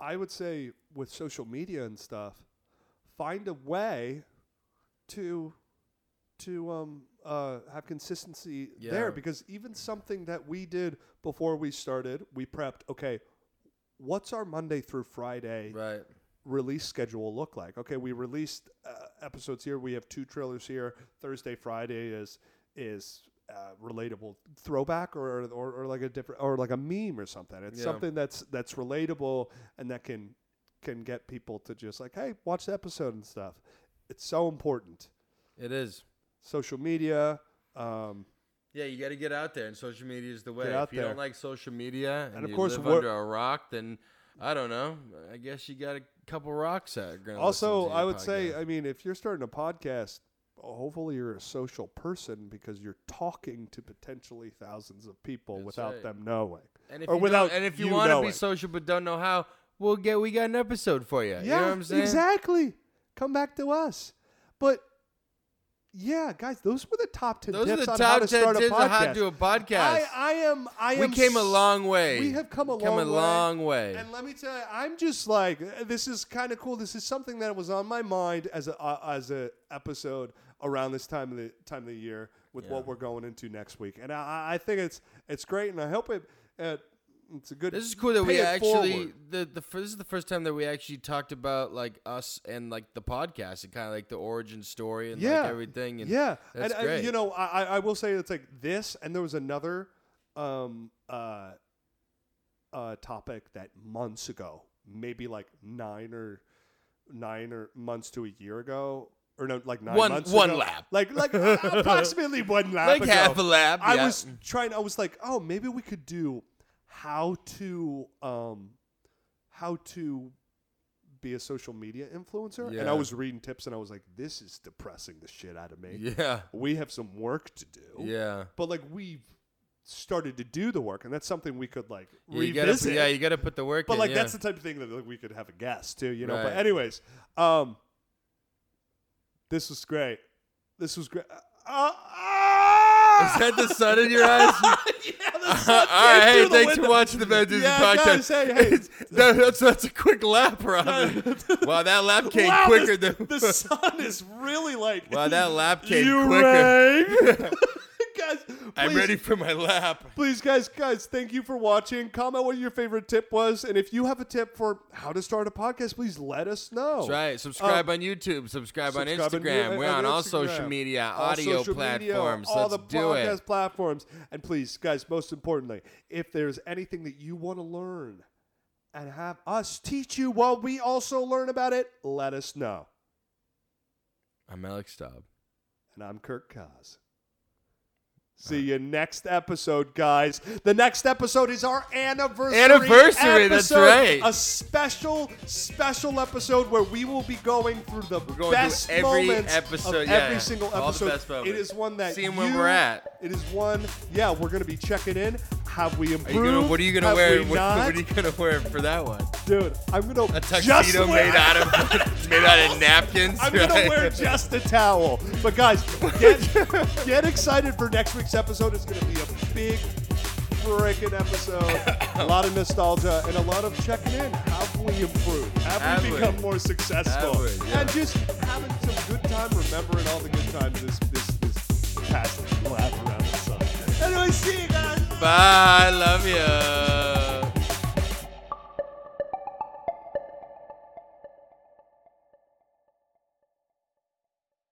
[SPEAKER 2] I would say with social media and stuff, find a way to to um uh have consistency
[SPEAKER 1] Yeah.
[SPEAKER 2] there because even something that we did before we started, we prepped, okay, what's our Monday through Friday
[SPEAKER 1] Right.
[SPEAKER 2] release schedule look like? Okay, we released uh, episodes here. We have two trailers here. Thursday, Friday is is uh, relatable throwback or, or or like a different or like a meme or something. It's
[SPEAKER 1] Yeah.
[SPEAKER 2] something that's that's relatable and that can can get people to just like, hey, watch the episode and stuff. It's so important.
[SPEAKER 1] It is.
[SPEAKER 2] Social media. Um,
[SPEAKER 1] Yeah, you got to get out there, and social media is the way.
[SPEAKER 2] out
[SPEAKER 1] if you
[SPEAKER 2] there.
[SPEAKER 1] don't like social media and,
[SPEAKER 2] And of
[SPEAKER 1] you
[SPEAKER 2] course,
[SPEAKER 1] live
[SPEAKER 2] we're-
[SPEAKER 1] under a rock, then I don't know. I guess you got a couple rocks that are gonna.
[SPEAKER 2] also,
[SPEAKER 1] listen to
[SPEAKER 2] I
[SPEAKER 1] your
[SPEAKER 2] would say, uh,
[SPEAKER 1] podcast.
[SPEAKER 2] I mean, if you're starting a podcast, hopefully you're a social person because you're talking to potentially thousands of people without
[SPEAKER 1] right.
[SPEAKER 2] them knowing.
[SPEAKER 1] And if
[SPEAKER 2] or
[SPEAKER 1] you don't-
[SPEAKER 2] without
[SPEAKER 1] and if you,
[SPEAKER 2] you
[SPEAKER 1] want to
[SPEAKER 2] knowing.
[SPEAKER 1] be social but don't know how, we'll get we got an episode for you. you know what I'm saying?
[SPEAKER 2] exactly. Come back to us. But yeah, guys, those were the top ten
[SPEAKER 1] Those are
[SPEAKER 2] tips
[SPEAKER 1] the
[SPEAKER 2] on how
[SPEAKER 1] top
[SPEAKER 2] to
[SPEAKER 1] ten
[SPEAKER 2] start
[SPEAKER 1] tips
[SPEAKER 2] a
[SPEAKER 1] on
[SPEAKER 2] podcast.
[SPEAKER 1] how to do a podcast.
[SPEAKER 2] I, I am. I am.
[SPEAKER 1] we came a
[SPEAKER 2] s-
[SPEAKER 1] long way.
[SPEAKER 2] We have come a
[SPEAKER 1] Come
[SPEAKER 2] long
[SPEAKER 1] a long way.
[SPEAKER 2] And let me tell you, I'm just like this is kind of cool. This is something that was on my mind as a uh, as a episode around this time of the time of the year with what we're going into next week, and I, I think it's it's great, and I hope it. Uh, it's a good.
[SPEAKER 1] This is cool that we
[SPEAKER 2] pay it
[SPEAKER 1] actually
[SPEAKER 2] forward.
[SPEAKER 1] the, the fir- this is the first time that we actually talked about like us and like the podcast and kind of like the origin story and
[SPEAKER 2] Yeah.
[SPEAKER 1] like everything and
[SPEAKER 2] yeah,
[SPEAKER 1] that's
[SPEAKER 2] and,
[SPEAKER 1] great.
[SPEAKER 2] and you know, I, I I will say it's like this, and there was another um, uh, uh, topic that months ago, maybe like nine or nine or months to a year ago, or no, like nine
[SPEAKER 1] One-
[SPEAKER 2] months,
[SPEAKER 1] one
[SPEAKER 2] ago.
[SPEAKER 1] lap.
[SPEAKER 2] like like approximately one lap,
[SPEAKER 1] like
[SPEAKER 2] ago.
[SPEAKER 1] half a lap.
[SPEAKER 2] I
[SPEAKER 1] yeah.
[SPEAKER 2] was trying. I was like, oh, maybe we could do how to um, how to be a social media influencer. And
[SPEAKER 1] Yeah.
[SPEAKER 2] I was reading tips, and I was like, this is depressing the shit out of me.
[SPEAKER 1] yeah
[SPEAKER 2] We have some work to do.
[SPEAKER 1] yeah.
[SPEAKER 2] But like we've started to do the work, and that's something we could like
[SPEAKER 1] You gotta,
[SPEAKER 2] revisit.
[SPEAKER 1] put- yeah, you got to put the work
[SPEAKER 2] but
[SPEAKER 1] in.
[SPEAKER 2] like
[SPEAKER 1] yeah.
[SPEAKER 2] that's the type of thing that like, we could have a guest too, you know. But
[SPEAKER 1] Right.
[SPEAKER 2] anyways, um, this was great. This was great. Uh, ah!
[SPEAKER 1] Is that the sun in your eyes? All right, hey, thanks for watching the Mad Disney
[SPEAKER 2] Yeah,
[SPEAKER 1] podcast.
[SPEAKER 2] guys, hey, hey.
[SPEAKER 1] It's- that- that's, that's a quick lap, Robin. wow, that lap came
[SPEAKER 2] Wow,
[SPEAKER 1] quicker
[SPEAKER 2] this-
[SPEAKER 1] than.
[SPEAKER 2] the sun is really like.
[SPEAKER 1] wow, that lap came
[SPEAKER 2] you
[SPEAKER 1] quicker.
[SPEAKER 2] rang. guys,
[SPEAKER 1] I'm
[SPEAKER 2] please-
[SPEAKER 1] ready for my lap.
[SPEAKER 2] Please, guys, guys, thank you for watching. Comment what your favorite tip was, and if you have a tip for how to start a podcast, please let us know.
[SPEAKER 1] That's right. Subscribe on YouTube. Subscribe, on
[SPEAKER 2] Uh, Subscribe
[SPEAKER 1] Instagram.
[SPEAKER 2] on-
[SPEAKER 1] We're on,
[SPEAKER 2] on
[SPEAKER 1] all
[SPEAKER 2] Instagram,
[SPEAKER 1] social media,
[SPEAKER 2] all
[SPEAKER 1] audio
[SPEAKER 2] social media,
[SPEAKER 1] platforms.
[SPEAKER 2] all
[SPEAKER 1] Let's
[SPEAKER 2] the
[SPEAKER 1] do
[SPEAKER 2] podcast
[SPEAKER 1] it.
[SPEAKER 2] platforms. And please, guys, most importantly, if there's anything that you want to learn and have us teach you while we also learn about it, let us know.
[SPEAKER 1] I'm Alex Staub.
[SPEAKER 2] And I'm Kirk Kaz. See you next episode, guys. The next episode is our anniversary.
[SPEAKER 1] Anniversary, that's
[SPEAKER 2] episode,
[SPEAKER 1] right.
[SPEAKER 2] A special, special episode where we will be going through the
[SPEAKER 1] going through
[SPEAKER 2] best
[SPEAKER 1] every
[SPEAKER 2] moments
[SPEAKER 1] episode,
[SPEAKER 2] of
[SPEAKER 1] yeah,
[SPEAKER 2] every single
[SPEAKER 1] all the
[SPEAKER 2] episode.
[SPEAKER 1] best moments.
[SPEAKER 2] It is one that
[SPEAKER 1] Seeing where
[SPEAKER 2] you-
[SPEAKER 1] we're at.
[SPEAKER 2] It is one. Yeah, we're gonna be checking in. Have we improved?
[SPEAKER 1] Are you gonna, what are you going to
[SPEAKER 2] Have
[SPEAKER 1] wear?
[SPEAKER 2] we
[SPEAKER 1] What,
[SPEAKER 2] not?
[SPEAKER 1] what are you going to wear for that one?
[SPEAKER 2] Dude, I'm gonna
[SPEAKER 1] A
[SPEAKER 2] just
[SPEAKER 1] tuxedo
[SPEAKER 2] wear-
[SPEAKER 1] made out of made out of napkins.
[SPEAKER 2] I'm gonna
[SPEAKER 1] right?
[SPEAKER 2] wear just a towel. But guys, get, get excited for next week's episode. It's gonna be a big freaking episode. a lot of nostalgia and a lot of checking in. Have we improved? Have,
[SPEAKER 1] Have
[SPEAKER 2] we
[SPEAKER 1] we?
[SPEAKER 2] become more successful?
[SPEAKER 1] Have we? Yeah.
[SPEAKER 2] And just having some good time, remembering all the good times this this this past lap around the sun. Anyway, see you guys.
[SPEAKER 1] Bye. Love you.